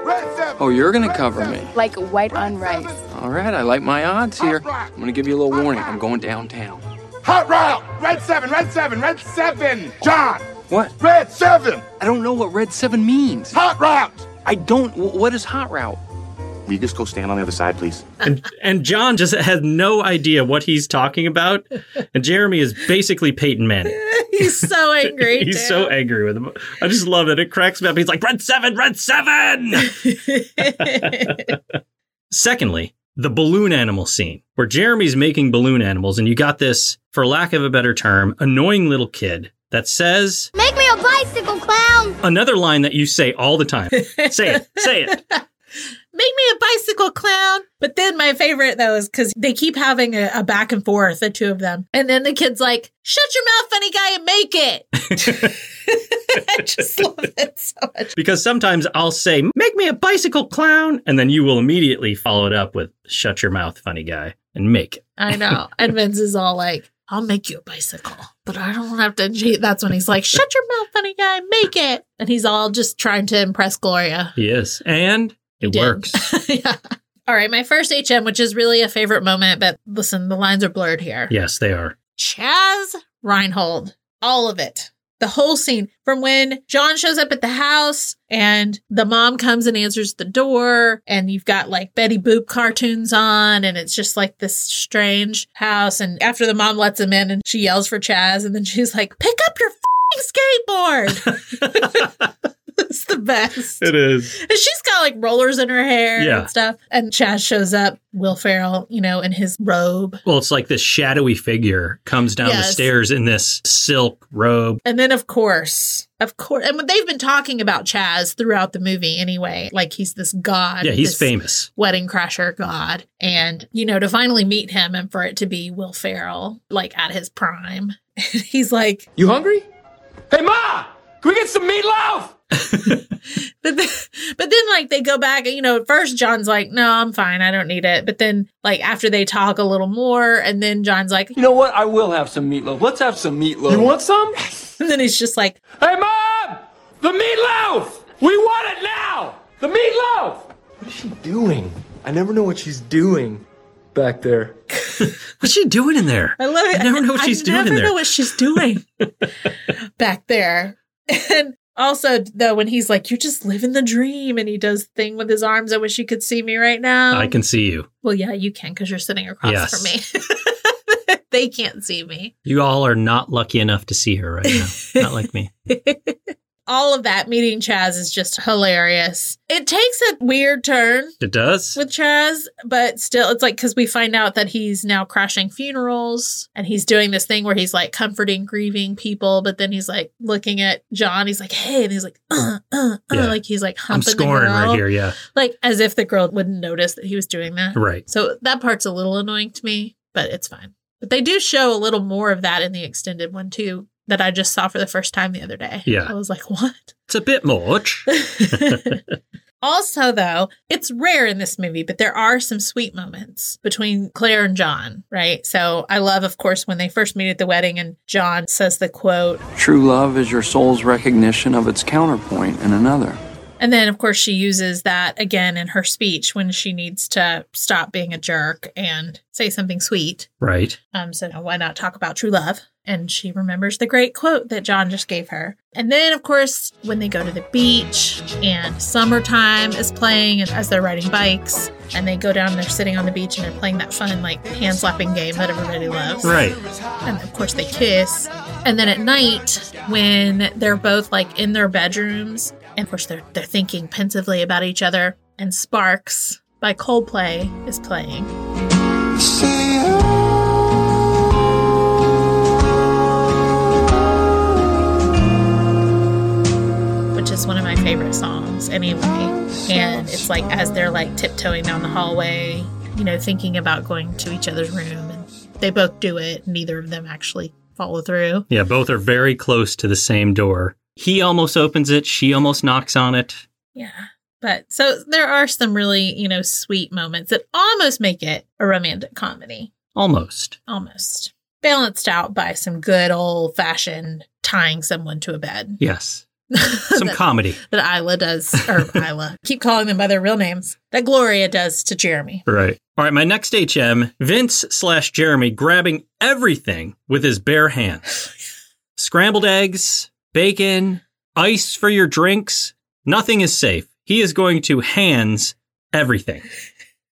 Speaker 4: Red 7!
Speaker 8: Oh, you're gonna cover me.
Speaker 9: Like white on rice.
Speaker 8: All right, I like my odds here. I'm gonna give you a little warning. I'm going downtown.
Speaker 4: Hot route! Red 7, red 7, red 7! John!
Speaker 8: What?
Speaker 4: Red 7!
Speaker 8: I don't know what red seven means.
Speaker 4: Hot route!
Speaker 8: I don't. wh- What is hot route?
Speaker 4: Will you just go stand on the other side, please?
Speaker 2: And and John just has no idea what he's talking about. And Jeremy is basically Peyton Manning.
Speaker 1: he's
Speaker 2: [laughs]
Speaker 1: so angry.
Speaker 2: He's
Speaker 1: dude.
Speaker 2: so angry with him. I just love it. It cracks me up. He's like, Red 7, Red 7! Secondly, the balloon animal scene, where Jeremy's making balloon animals, and you got this, for lack of a better term, annoying little kid that says
Speaker 5: Make me a bicycle clown!
Speaker 2: another line that you say all the time. say it, say it.
Speaker 1: Make me a bicycle clown. But then my favorite though is because they keep having a, a back and forth, the two of them, and then the kid's like, "Shut your mouth, funny guy, and make it." [laughs] I just love it so much.
Speaker 2: Because sometimes I'll say, Make me a bicycle clown. And then you will immediately follow it up with, Shut your mouth, funny guy, and make it.
Speaker 1: I know. And Vince is all like, "I'll make you a bicycle, but I don't have to." Cheat. That's when he's like, "Shut your mouth, funny guy, and make it," and he's all just trying to impress Gloria. [laughs]
Speaker 2: Yes. And it
Speaker 1: did. [laughs]
Speaker 2: works.
Speaker 1: yeah. All right, my first HM, which is really a favorite moment, but listen, the lines are blurred here.
Speaker 2: yes, they are.
Speaker 1: Chaz Reinhold, all of it. The whole scene from when John shows up at the house and the mom comes and answers the door, and you've got like Betty Boop cartoons on, and it's just like this strange house. And after the mom lets him in and she yells for Chaz, and then she's like, Pick up your fing skateboard. [laughs] it's the best.
Speaker 2: is.
Speaker 1: And she's got like rollers in her hair
Speaker 2: Yeah.
Speaker 1: and stuff. And Chaz shows up, Will Ferrell, you know, in his robe.
Speaker 2: Well, it's like this shadowy figure comes down the
Speaker 1: Yes.
Speaker 2: stairs in this silk robe.
Speaker 1: And then, of course, of course, and they've been talking about Chaz throughout the movie anyway. Like he's this god.
Speaker 2: Yeah, he's
Speaker 1: this
Speaker 2: famous.
Speaker 1: Wedding crasher god. And, you know, to finally meet him and for it to be Will Ferrell, like at his prime. [laughs] he's like,
Speaker 8: You hungry? Hey, Ma! Can we get some meatloaf?
Speaker 1: [laughs] But then, but then like they go back, you know, at first John's like, no, I'm fine. I don't need it. But then like after they talk a little more and then John's like,
Speaker 8: You know what? I will have some meatloaf. Let's have some meatloaf. You want some?
Speaker 1: [laughs] and then he's just like,
Speaker 8: Hey, Mom! The meatloaf! We want it now! The meatloaf!
Speaker 10: What is she doing? I never know what she's doing back there.
Speaker 2: What's she doing in there?
Speaker 1: I love it.
Speaker 2: I never know what she's doing
Speaker 1: I
Speaker 2: in
Speaker 1: never
Speaker 2: there.
Speaker 1: know what she's
Speaker 2: [laughs]
Speaker 1: doing back there. And also, though, when he's like, "You just live in the dream," and he does the thing with his arms. I wish you could see me right now.
Speaker 2: I can see you.
Speaker 1: Well, yeah, you can because you're sitting across
Speaker 2: Yes.
Speaker 1: from me. [laughs] they can't see me.
Speaker 2: You all are not lucky enough to see her right
Speaker 1: [laughs]
Speaker 2: now. not like me.
Speaker 1: All of that meeting Chaz is just hilarious. It takes a weird turn
Speaker 2: It does?
Speaker 1: with Chaz, but still, it's like because we find out that he's now crashing funerals and he's doing this thing where he's like comforting grieving people, but then he's like looking at John. He's like, "Hey," and he's like, uh, uh, uh,
Speaker 2: Yeah.
Speaker 1: like he's like
Speaker 2: I'm
Speaker 1: humping
Speaker 2: scoring
Speaker 1: the girl,
Speaker 2: right here. Yeah.
Speaker 1: like as if the girl wouldn't notice that he was doing that.
Speaker 2: Right.
Speaker 1: So that part's a little annoying to me, but it's fine. But they do show a little more of that in the extended one too. That I just saw for the first time the other day.
Speaker 2: Yeah.
Speaker 1: I was like, what?
Speaker 2: It's a bit much.
Speaker 1: Also, though, it's rare in this movie, but there are some sweet moments between Claire and John, right? So I love, of course, when they first meet at the wedding and John says the quote,
Speaker 8: True love is your soul's recognition of its counterpoint in another.
Speaker 1: And then, of course, she uses that again in her speech when she needs to stop being a jerk and say something sweet.
Speaker 2: Right.
Speaker 1: Um, so why not talk about true love? And she remembers the great quote that John just gave her. And then, of course, when they go to the beach and summertime is playing as they're riding bikes and they go down and they're sitting on the beach and they're playing that fun, like, hand slapping game that everybody loves.
Speaker 2: [laughs] Right.
Speaker 1: And of course, they kiss. And then at night, when they're both like in their bedrooms, and of course, they're, they're thinking pensively about each other, and Sparks by Coldplay is playing. which is one of my favorite songs anyway. And it's like as they're like tiptoeing down the hallway, you know, thinking about going to each other's room, and they both do it. Neither of them actually follow through.
Speaker 2: Yeah, both are very close to the same door. He almost opens it, she almost knocks on it.
Speaker 1: Yeah. But so there are some really, you know, sweet moments that almost make it a romantic comedy.
Speaker 2: Almost.
Speaker 1: Almost. Balanced out by some good old fashioned tying someone to a bed.
Speaker 2: Yes. Some comedy.
Speaker 1: that Isla does, or [laughs] Isla, keep calling them by their real names, that Gloria does to Jeremy.
Speaker 2: Right. All right, my next HM Vince slash Jeremy grabbing everything with his bare hands scrambled eggs, bacon, ice for your drinks. Nothing is safe. He is going to hands everything.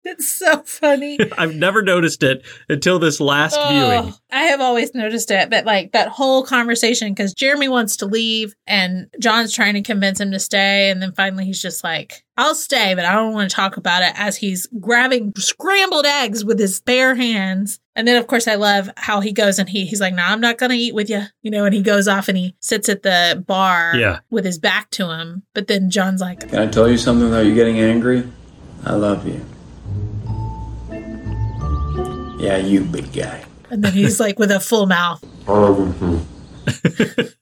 Speaker 1: It's so funny.
Speaker 2: I've never noticed it until this last viewing.
Speaker 1: Oh, I have always noticed it, but like that whole conversation, because Jeremy wants to leave and John's trying to convince him to stay. And then finally he's just like, I'll stay, but I don't want to talk about it as he's grabbing scrambled eggs with his bare hands. And then, of course, I love how he goes and he, he's like, No, I'm not going to eat with you. You know, and he goes off and he sits at the bar
Speaker 2: Yeah.
Speaker 1: with his back to him. But then John's like,
Speaker 9: Can I tell you something without you getting angry? I love you. Yeah, you big guy.
Speaker 1: And then he's like with a full mouth. [laughs] that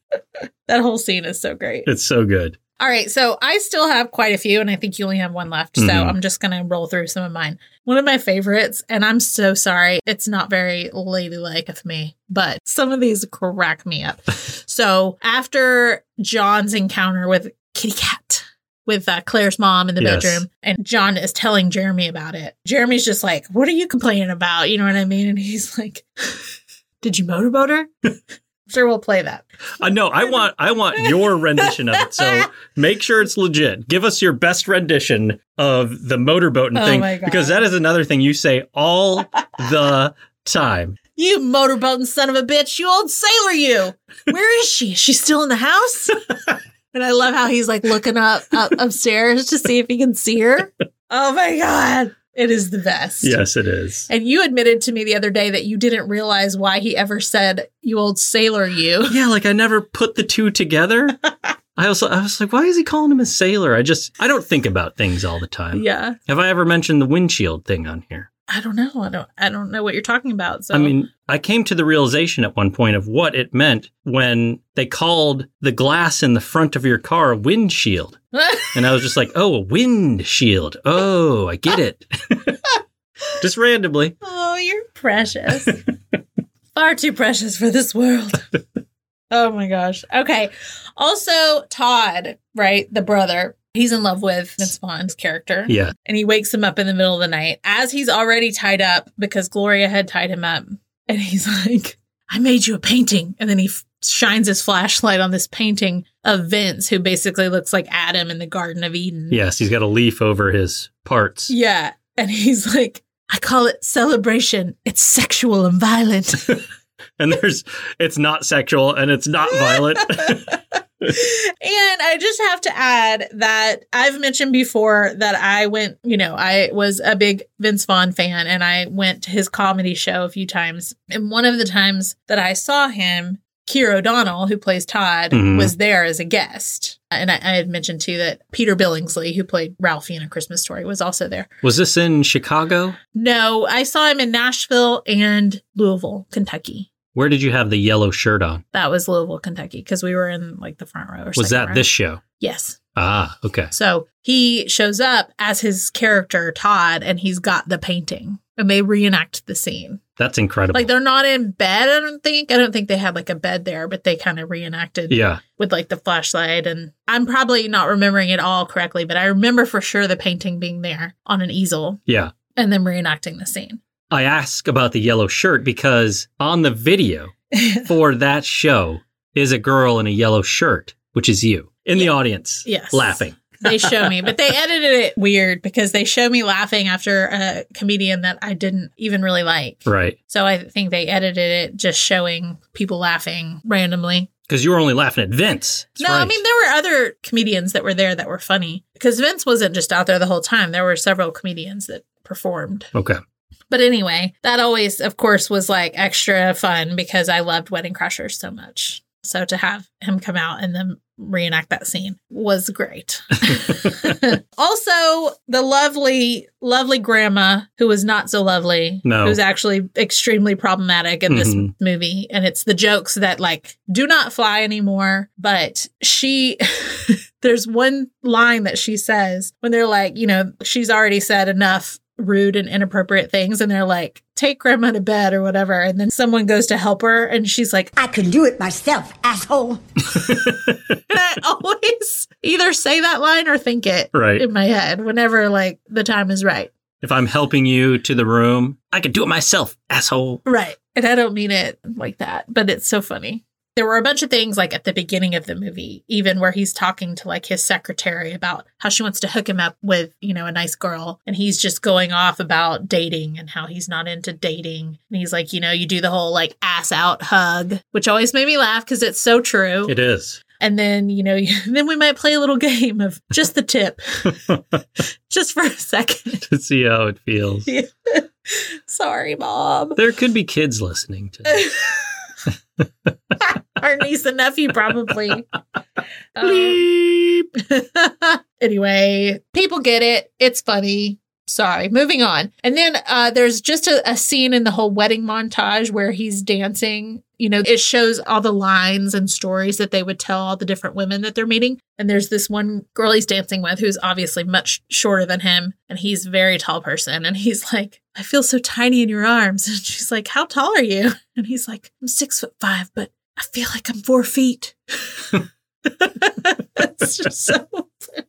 Speaker 1: whole scene is so great.
Speaker 2: It's so good.
Speaker 1: All right, so I still have quite a few, and I think you only have one left. So I'm just going to roll through some of mine. One of my favorites, and I'm so sorry, it's not very ladylike of me, but some of these crack me up. so after John's encounter with Kitty Cat, with uh, Claire's mom in the
Speaker 2: Yes.
Speaker 1: bedroom, and John is telling Jeremy about it, Jeremy's just like, What are you complaining about? You know what I mean? And he's like, [laughs] Did you motorboat her? [laughs] sure, we'll play that.
Speaker 2: Uh, no, I want I want your rendition of
Speaker 1: [laughs]
Speaker 2: it. So make sure it's legit. Give us your best rendition of the motorboat and
Speaker 1: Oh
Speaker 2: thing
Speaker 1: my God.
Speaker 2: because that is another thing you say all
Speaker 1: [laughs]
Speaker 2: the time.
Speaker 1: You motorboating son of a bitch, you old sailor, you. Where is she? Is she still in the
Speaker 2: [laughs]
Speaker 1: house? and I love how he's like looking up, up upstairs to see if he can see her. Oh my God. It is the best.
Speaker 2: Yes, it is.
Speaker 1: And you admitted to me the other day that you didn't realize why he ever said, you old sailor, you.
Speaker 2: Yeah, like I never put the two together. I also I was like, why is he calling him a sailor? I just I don't think about things all the time.
Speaker 1: Yeah.
Speaker 2: Have I ever mentioned the windshield thing on here?
Speaker 1: I don't know. I don't I don't know what you're talking about. So [laughs]
Speaker 2: I mean, I came to the realization at one point of what it meant when they called the glass in the front of your car a windshield. And I was just like, oh, a windshield. Oh, I
Speaker 1: [laughs]
Speaker 2: get it. just randomly.
Speaker 1: Oh, you're precious. Far too precious for this world. Oh my gosh. Okay. Also, Todd, right? The brother, he's in love with Vince Vaughn's character.
Speaker 2: Yeah.
Speaker 1: And he wakes him up in the middle of the night as he's already tied up because Gloria had tied him up. And he's [laughs] like, I made you a painting. And then he f- shines his flashlight on this painting of Vince, who basically looks like Adam in the Garden of Eden.
Speaker 2: Yes, he's got a leaf over his
Speaker 1: [laughs]
Speaker 2: parts.
Speaker 1: Yeah. And he's like, I call it celebration. It's sexual and violent.
Speaker 2: And there's it's not sexual and
Speaker 1: [laughs]
Speaker 2: it's not violent.
Speaker 1: and I just have to add that I've mentioned before that I went, you know, I was a big Vince Vaughn fan and I went to his comedy show a few times. And one of the times that I saw him, Keir O'Donnell, who plays Todd,
Speaker 2: Mhm.
Speaker 1: was there as a guest. And I, I had mentioned too that Peter Billingsley, who played Ralphie in A Christmas Story, was also there.
Speaker 2: Was this in Chicago?
Speaker 1: No, I saw him in Nashville and Louisville, Kentucky.
Speaker 2: Where did you have the yellow shirt on?
Speaker 1: That was Louisville, Kentucky, because we were in like the front row. Or second
Speaker 2: Was that
Speaker 1: row.
Speaker 2: this show?
Speaker 1: Yes.
Speaker 2: Ah, okay.
Speaker 1: So he shows up as his character Todd, and he's got the painting. and they reenact the scene.
Speaker 2: That's incredible.
Speaker 1: Like they're not in bed, I don't think. I don't think they had like a bed there, but they kind of reenacted
Speaker 2: yeah.
Speaker 1: with like the flashlight and I'm probably not remembering it all correctly, but I remember for sure the painting being there on an easel
Speaker 2: Yeah.
Speaker 1: and then reenacting the scene.
Speaker 2: I ask about the yellow shirt because on
Speaker 1: [laughs]
Speaker 2: the video for that show is a girl in a yellow shirt, which is you in the audience,
Speaker 1: Yes.
Speaker 2: laughing.
Speaker 1: They show me,
Speaker 2: [laughs]
Speaker 1: but they edited it weird because they show me laughing after a comedian that I didn't even really like.
Speaker 2: Right.
Speaker 1: So I think they edited it just showing people laughing randomly.
Speaker 2: Because you were only laughing at Vince. That's
Speaker 1: no, I
Speaker 2: right.
Speaker 1: mean there were other comedians that were there that were funny because Vince wasn't just out there the whole time. There were several comedians that performed.
Speaker 2: okay.
Speaker 1: But anyway, that always, of course, was like extra fun because I loved Wedding Crashers so much. So to have him come out and then reenact that scene was
Speaker 2: [laughs]
Speaker 1: great. [laughs] also, the lovely, lovely grandma who was not so lovely,
Speaker 2: No.
Speaker 1: who's actually extremely problematic in this
Speaker 2: Mhm.
Speaker 1: movie. And it's the jokes that like do not fly anymore. But she, [laughs] there's one line that she says when they're like, you know, she's already said enough rude and inappropriate things. And they're like, take grandma to bed or whatever. And then someone goes to help her and she's like,
Speaker 5: I can do it myself, asshole.
Speaker 1: I [laughs] always either say that line or think it
Speaker 2: Right.
Speaker 1: in my head whenever like the time is right.
Speaker 2: If I'm helping you to the room, I could do it myself, asshole.
Speaker 1: Right. And I don't mean it like that, but it's so funny. There were a bunch of things like at the beginning of the movie, even where he's talking to like his secretary about how she wants to hook him up with, you know, a nice girl. And he's just going off about dating and how he's not into dating. And he's like, you know, you do the whole like ass out hug, which always made me laugh because it's so true.
Speaker 2: It is. [laughs]
Speaker 1: and then, you know, [laughs] then we might play a little game of just the tip, just for a second. [laughs]
Speaker 2: To see how E it feels.
Speaker 1: Sorry, Bob.
Speaker 2: There could be kids listening
Speaker 1: [laughs]
Speaker 2: to this.
Speaker 1: our niece and nephew probably. Um, [laughs] anyway, people get it. It's funny. Sorry. Moving on. And then uh, there's just a, a scene in the whole wedding montage where he's dancing. You know, it shows all the lines and stories that they would tell all the different women that they're meeting. And there's this one girl he's dancing with who's obviously much shorter than him. And he's a very tall person. And he's like, I feel so tiny in your arms. [laughs] And she's like, How tall are you? [laughs] And he's like, I'm six foot five, but I feel like I'm four feet. [laughs] it's just so funny.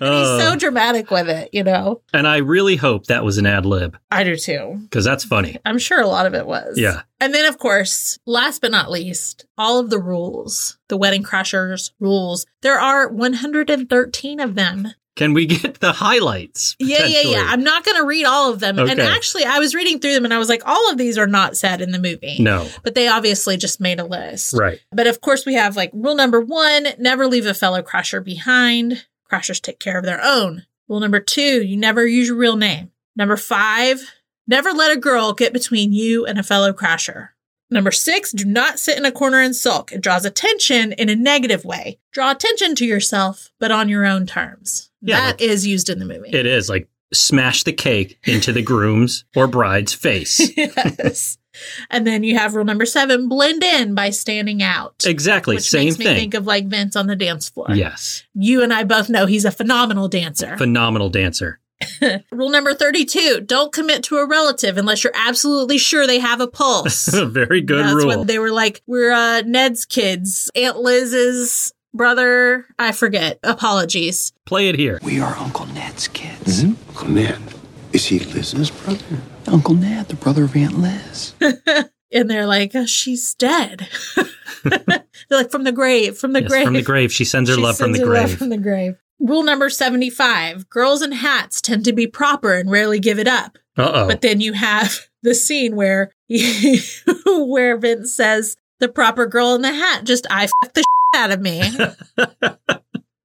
Speaker 1: And he's so
Speaker 2: Oh.
Speaker 1: dramatic with it, you know?
Speaker 2: and I really hope that was an ad lib
Speaker 1: I do too.
Speaker 2: because that's funny.
Speaker 1: I'm sure a lot of it was.
Speaker 2: Yeah.
Speaker 1: And then, of course, last but not least, all of the rules, the Wedding Crashers rules. There are 113 of them.
Speaker 2: Can we get the highlights?
Speaker 1: Yeah, yeah,
Speaker 2: potentially?
Speaker 1: yeah. I'm not going to read all of them. And
Speaker 2: Okay.
Speaker 1: actually, I was reading through them and I was like, all of these are not said in the movie.
Speaker 2: No.
Speaker 1: But they obviously just made a list.
Speaker 2: Right.
Speaker 1: But of course, we have like rule number one never leave a fellow crasher behind. Crashers take care of their own. Rule number two you never use your real name. Number five never let a girl get between you and a fellow crasher. Number six, do not sit in a corner and sulk. It draws attention in a negative way. Draw attention to yourself, but on your own terms.
Speaker 2: Yeah,
Speaker 1: that is used in the movie.
Speaker 2: It is like smash the cake into the groom's or
Speaker 1: [laughs]
Speaker 2: bride's face.
Speaker 1: yes. And then you have rule number seven, blend in by standing out.
Speaker 2: Exactly.
Speaker 1: Which
Speaker 2: Same
Speaker 1: makes me
Speaker 2: thing.
Speaker 1: think of like Vince on the dance floor.
Speaker 2: yes.
Speaker 1: You and I both know he's a phenomenal dancer.
Speaker 2: Phenomenal dancer. [laughs]
Speaker 1: rule number 32, don't commit to a relative unless you're absolutely sure they have a pulse.
Speaker 2: Very [laughs] good
Speaker 1: That's
Speaker 2: rule.
Speaker 1: when they were like, we're uh, Ned's kids, Aunt Liz's brother. I forget. Apologies.
Speaker 2: Play it here.
Speaker 3: We are Uncle Ned's kids.
Speaker 7: Uncle Ned. Is he Liz's brother?
Speaker 3: Uncle Ned, the brother of Aunt Liz.
Speaker 1: And they're like, "Oh, she's dead. [laughs] they're like, from the grave, from the
Speaker 2: Yes,
Speaker 1: grave.
Speaker 2: from the grave. She sends her
Speaker 1: She
Speaker 2: love from
Speaker 1: sends
Speaker 2: the
Speaker 1: her love
Speaker 2: grave.
Speaker 1: from the grave. Rule number 75 girls in hats tend to be proper and rarely give it up.
Speaker 2: Uh oh.
Speaker 1: But then you have [laughs] the scene where [laughs] where Vince says, the proper girl in the hat just I f- the shit out of me.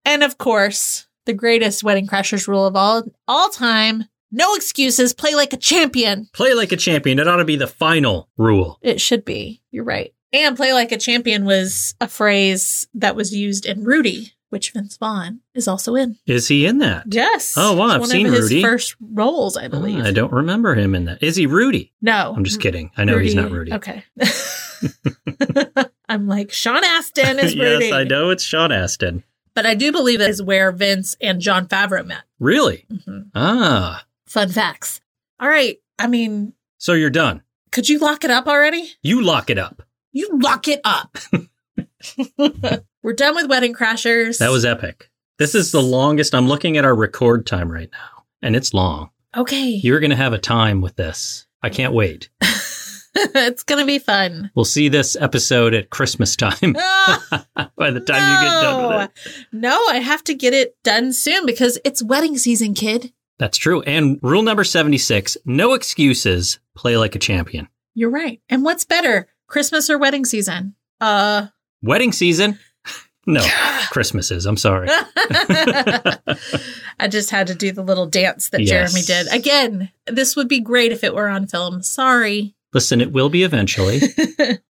Speaker 1: and of course, the greatest wedding crashers rule of all all time no excuses, play like a champion.
Speaker 2: Play like a champion. That ought to be the final rule.
Speaker 1: It should be. You're right. And play like a champion was a phrase that was used in Rudy, which Vince Vaughn is also in.
Speaker 2: Is he in that?
Speaker 1: Yes.
Speaker 2: Oh, wow,
Speaker 1: It's
Speaker 2: I've
Speaker 1: one
Speaker 2: seen
Speaker 1: of his
Speaker 2: Rudy. Oh,
Speaker 1: first roles, I believe.
Speaker 2: I don't remember him in that. Is he Rudy?
Speaker 1: no,
Speaker 2: I'm just kidding. I know he's not Rudy.
Speaker 1: Okay. [laughs] I'm like Sean Astin is Rudy.
Speaker 2: [laughs] yes, I know it's Sean Astin.
Speaker 1: But I do believe that is where Vince and John Favreau met.
Speaker 2: Really? Ah,
Speaker 1: Fun facts. All right, I mean,
Speaker 2: So you're done.
Speaker 1: could you lock it up already?
Speaker 2: You lock it up.
Speaker 1: You lock it
Speaker 2: [laughs]
Speaker 1: up. We're done with Wedding Crashers.
Speaker 2: That was epic. This is the longest. I'm looking at our record time right now, and it's long.
Speaker 1: okay.
Speaker 2: You're going to have a time with this. I can't wait.
Speaker 1: [laughs] it's gonna be fun.
Speaker 2: We'll see this episode at Christmas [laughs] time [laughs]
Speaker 1: Ah,
Speaker 2: by the time you get done
Speaker 1: no.
Speaker 2: with it.
Speaker 1: No, I have to get it done soon because it's wedding season, kid.
Speaker 2: That's true. And rule number 76 no excuses, play like a champion.
Speaker 1: You're right. And what's better, Christmas or wedding season? Uh,
Speaker 2: Wedding season? [laughs] No, Christmas is. I'm sorry.
Speaker 1: I just had to do the little dance that
Speaker 2: Yes.
Speaker 1: Jeremy did. Again, this would be great if it were on film. Sorry.
Speaker 2: Listen, it will be eventually.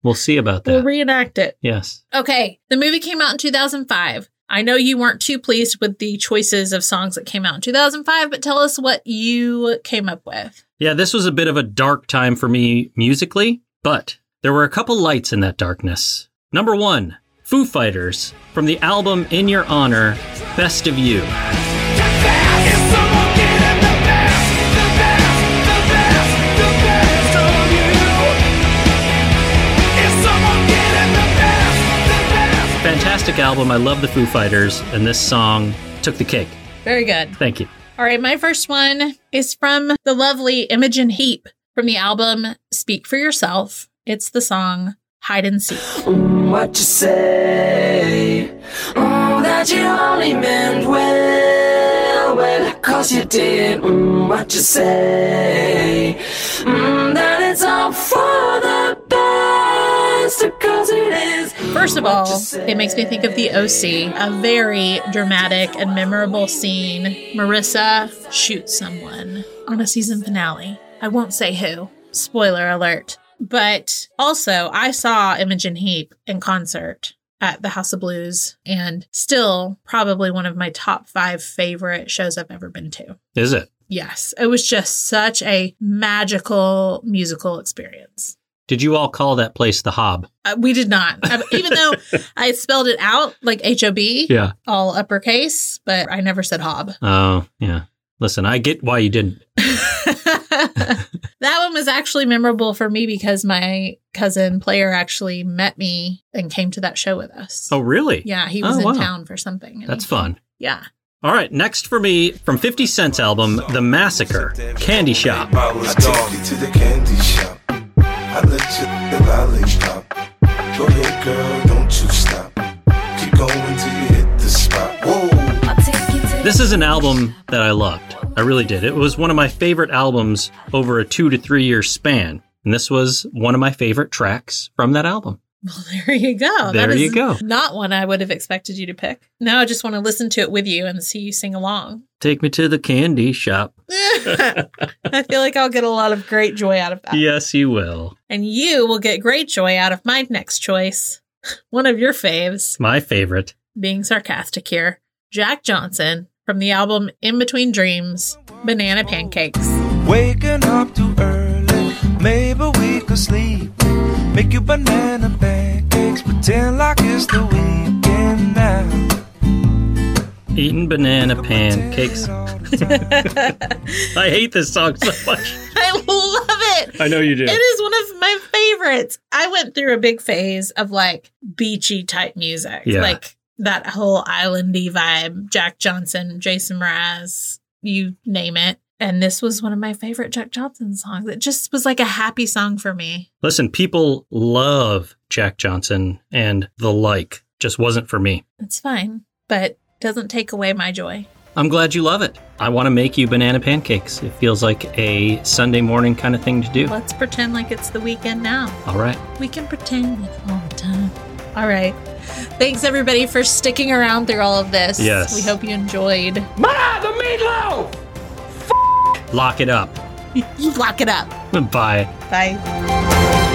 Speaker 2: We'll see about
Speaker 1: We'll
Speaker 2: that.
Speaker 1: reenact it.
Speaker 2: yes.
Speaker 1: Okay, the movie came out in 2005. I know you weren't too pleased with the choices of songs that came out in 2005, but tell us what you came up with.
Speaker 2: Yeah, this was a bit of a dark time for me musically, but there were a couple lights in that darkness. Number one, Foo Fighters from the album In Your Honor, Best of You. Fantastic album. I love the Foo Fighters, and this song took the cake.
Speaker 1: Very good.
Speaker 2: Thank you.
Speaker 1: All right, my first one is from the lovely Imogen Heap from the album Speak for Yourself. It's the song Hide and Seek.
Speaker 11: what you say. Mm, that you only meant well, well, cause you did mm, what you say. Mm, that it's all for the best, cause it is.
Speaker 1: First of all, it makes me think of the OC, a very dramatic and memorable scene. Marissa shoots someone on a season finale. I won't say who. Spoiler alert. But also, I saw Imogen Heap in concert at the House of Blues, and still probably one of my top five favorite shows I've ever been to.
Speaker 2: Is it?
Speaker 1: Yes, it was just such a magical musical experience.
Speaker 2: Did you all call that place the Hob?
Speaker 1: Uh, we did not. Um, Even
Speaker 2: [laughs]
Speaker 1: though I spelled it out like H O B,
Speaker 2: Yeah.
Speaker 1: all uppercase, but I never said hob. [laughs]
Speaker 2: Oh, yeah. Listen, I get why you didn't.
Speaker 1: that one was actually memorable for me because my cousin player actually met me and came to that show with us.
Speaker 2: Oh, really?
Speaker 1: yeah, he was
Speaker 2: Oh,
Speaker 1: in
Speaker 2: wow.
Speaker 1: town for something. and
Speaker 2: That's
Speaker 1: he-
Speaker 2: fun.
Speaker 1: Yeah. [laughs]
Speaker 2: All right, next for me from 50 Cent's album, The Massacre, Candy Shop.
Speaker 4: I was gone.
Speaker 7: you to the candy shop. I let you the lollipop. Go ahead, girl, don't you stop. Keep going till you hit the spot. Whoa.
Speaker 2: This is an album that I loved. I really did. It was one of my favorite albums over a two to three year span. And this was one of my favorite tracks from that album.
Speaker 1: Well, there you go.
Speaker 2: There you go.
Speaker 1: Not one I would have expected you to pick. Now I just want to listen to it with you and see you sing along. [laughs]
Speaker 2: Take me to the candy shop.
Speaker 1: I feel like I'll get a lot of great joy out of that.
Speaker 2: Yes, you will.
Speaker 1: And you will get great joy out of my next choice. [laughs] One of your faves,
Speaker 2: My favorite.
Speaker 1: being sarcastic here, Jack Johnson from the album In Between Dreams, Banana Pancakes. [laughs]
Speaker 4: Waking up too early, maybe we could sleep. in. Make you banana pancakes, pretend like it's the weekend now.
Speaker 2: Eating banana pancakes. [laughs] I hate this song so much.
Speaker 1: I love it.
Speaker 2: I know you do.
Speaker 1: It is one of my favorites. I went through a big phase of like beachy type music,
Speaker 2: Yeah.
Speaker 1: like that whole islandy vibe, Jack Johnson, Jason Mraz, you name it. And this was one of my favorite Jack Johnson songs. It just was like a happy song for me.
Speaker 2: Listen, people love Jack Johnson and the like. Just wasn't for me.
Speaker 1: It's fine, but doesn't take away my joy.
Speaker 2: I'm glad you love it. I want to make you banana pancakes. It feels like a Sunday morning kind of thing to do.
Speaker 1: Let's pretend like it's the weekend now.
Speaker 2: All right.
Speaker 1: We can pretend it all the time. All right. Thanks everybody for sticking around through all of this.
Speaker 2: Yes.
Speaker 1: We hope you enjoyed.
Speaker 8: Ma, the meatloaf!
Speaker 2: Lock it up.
Speaker 1: Lock it up.
Speaker 2: Bye.
Speaker 1: Bye.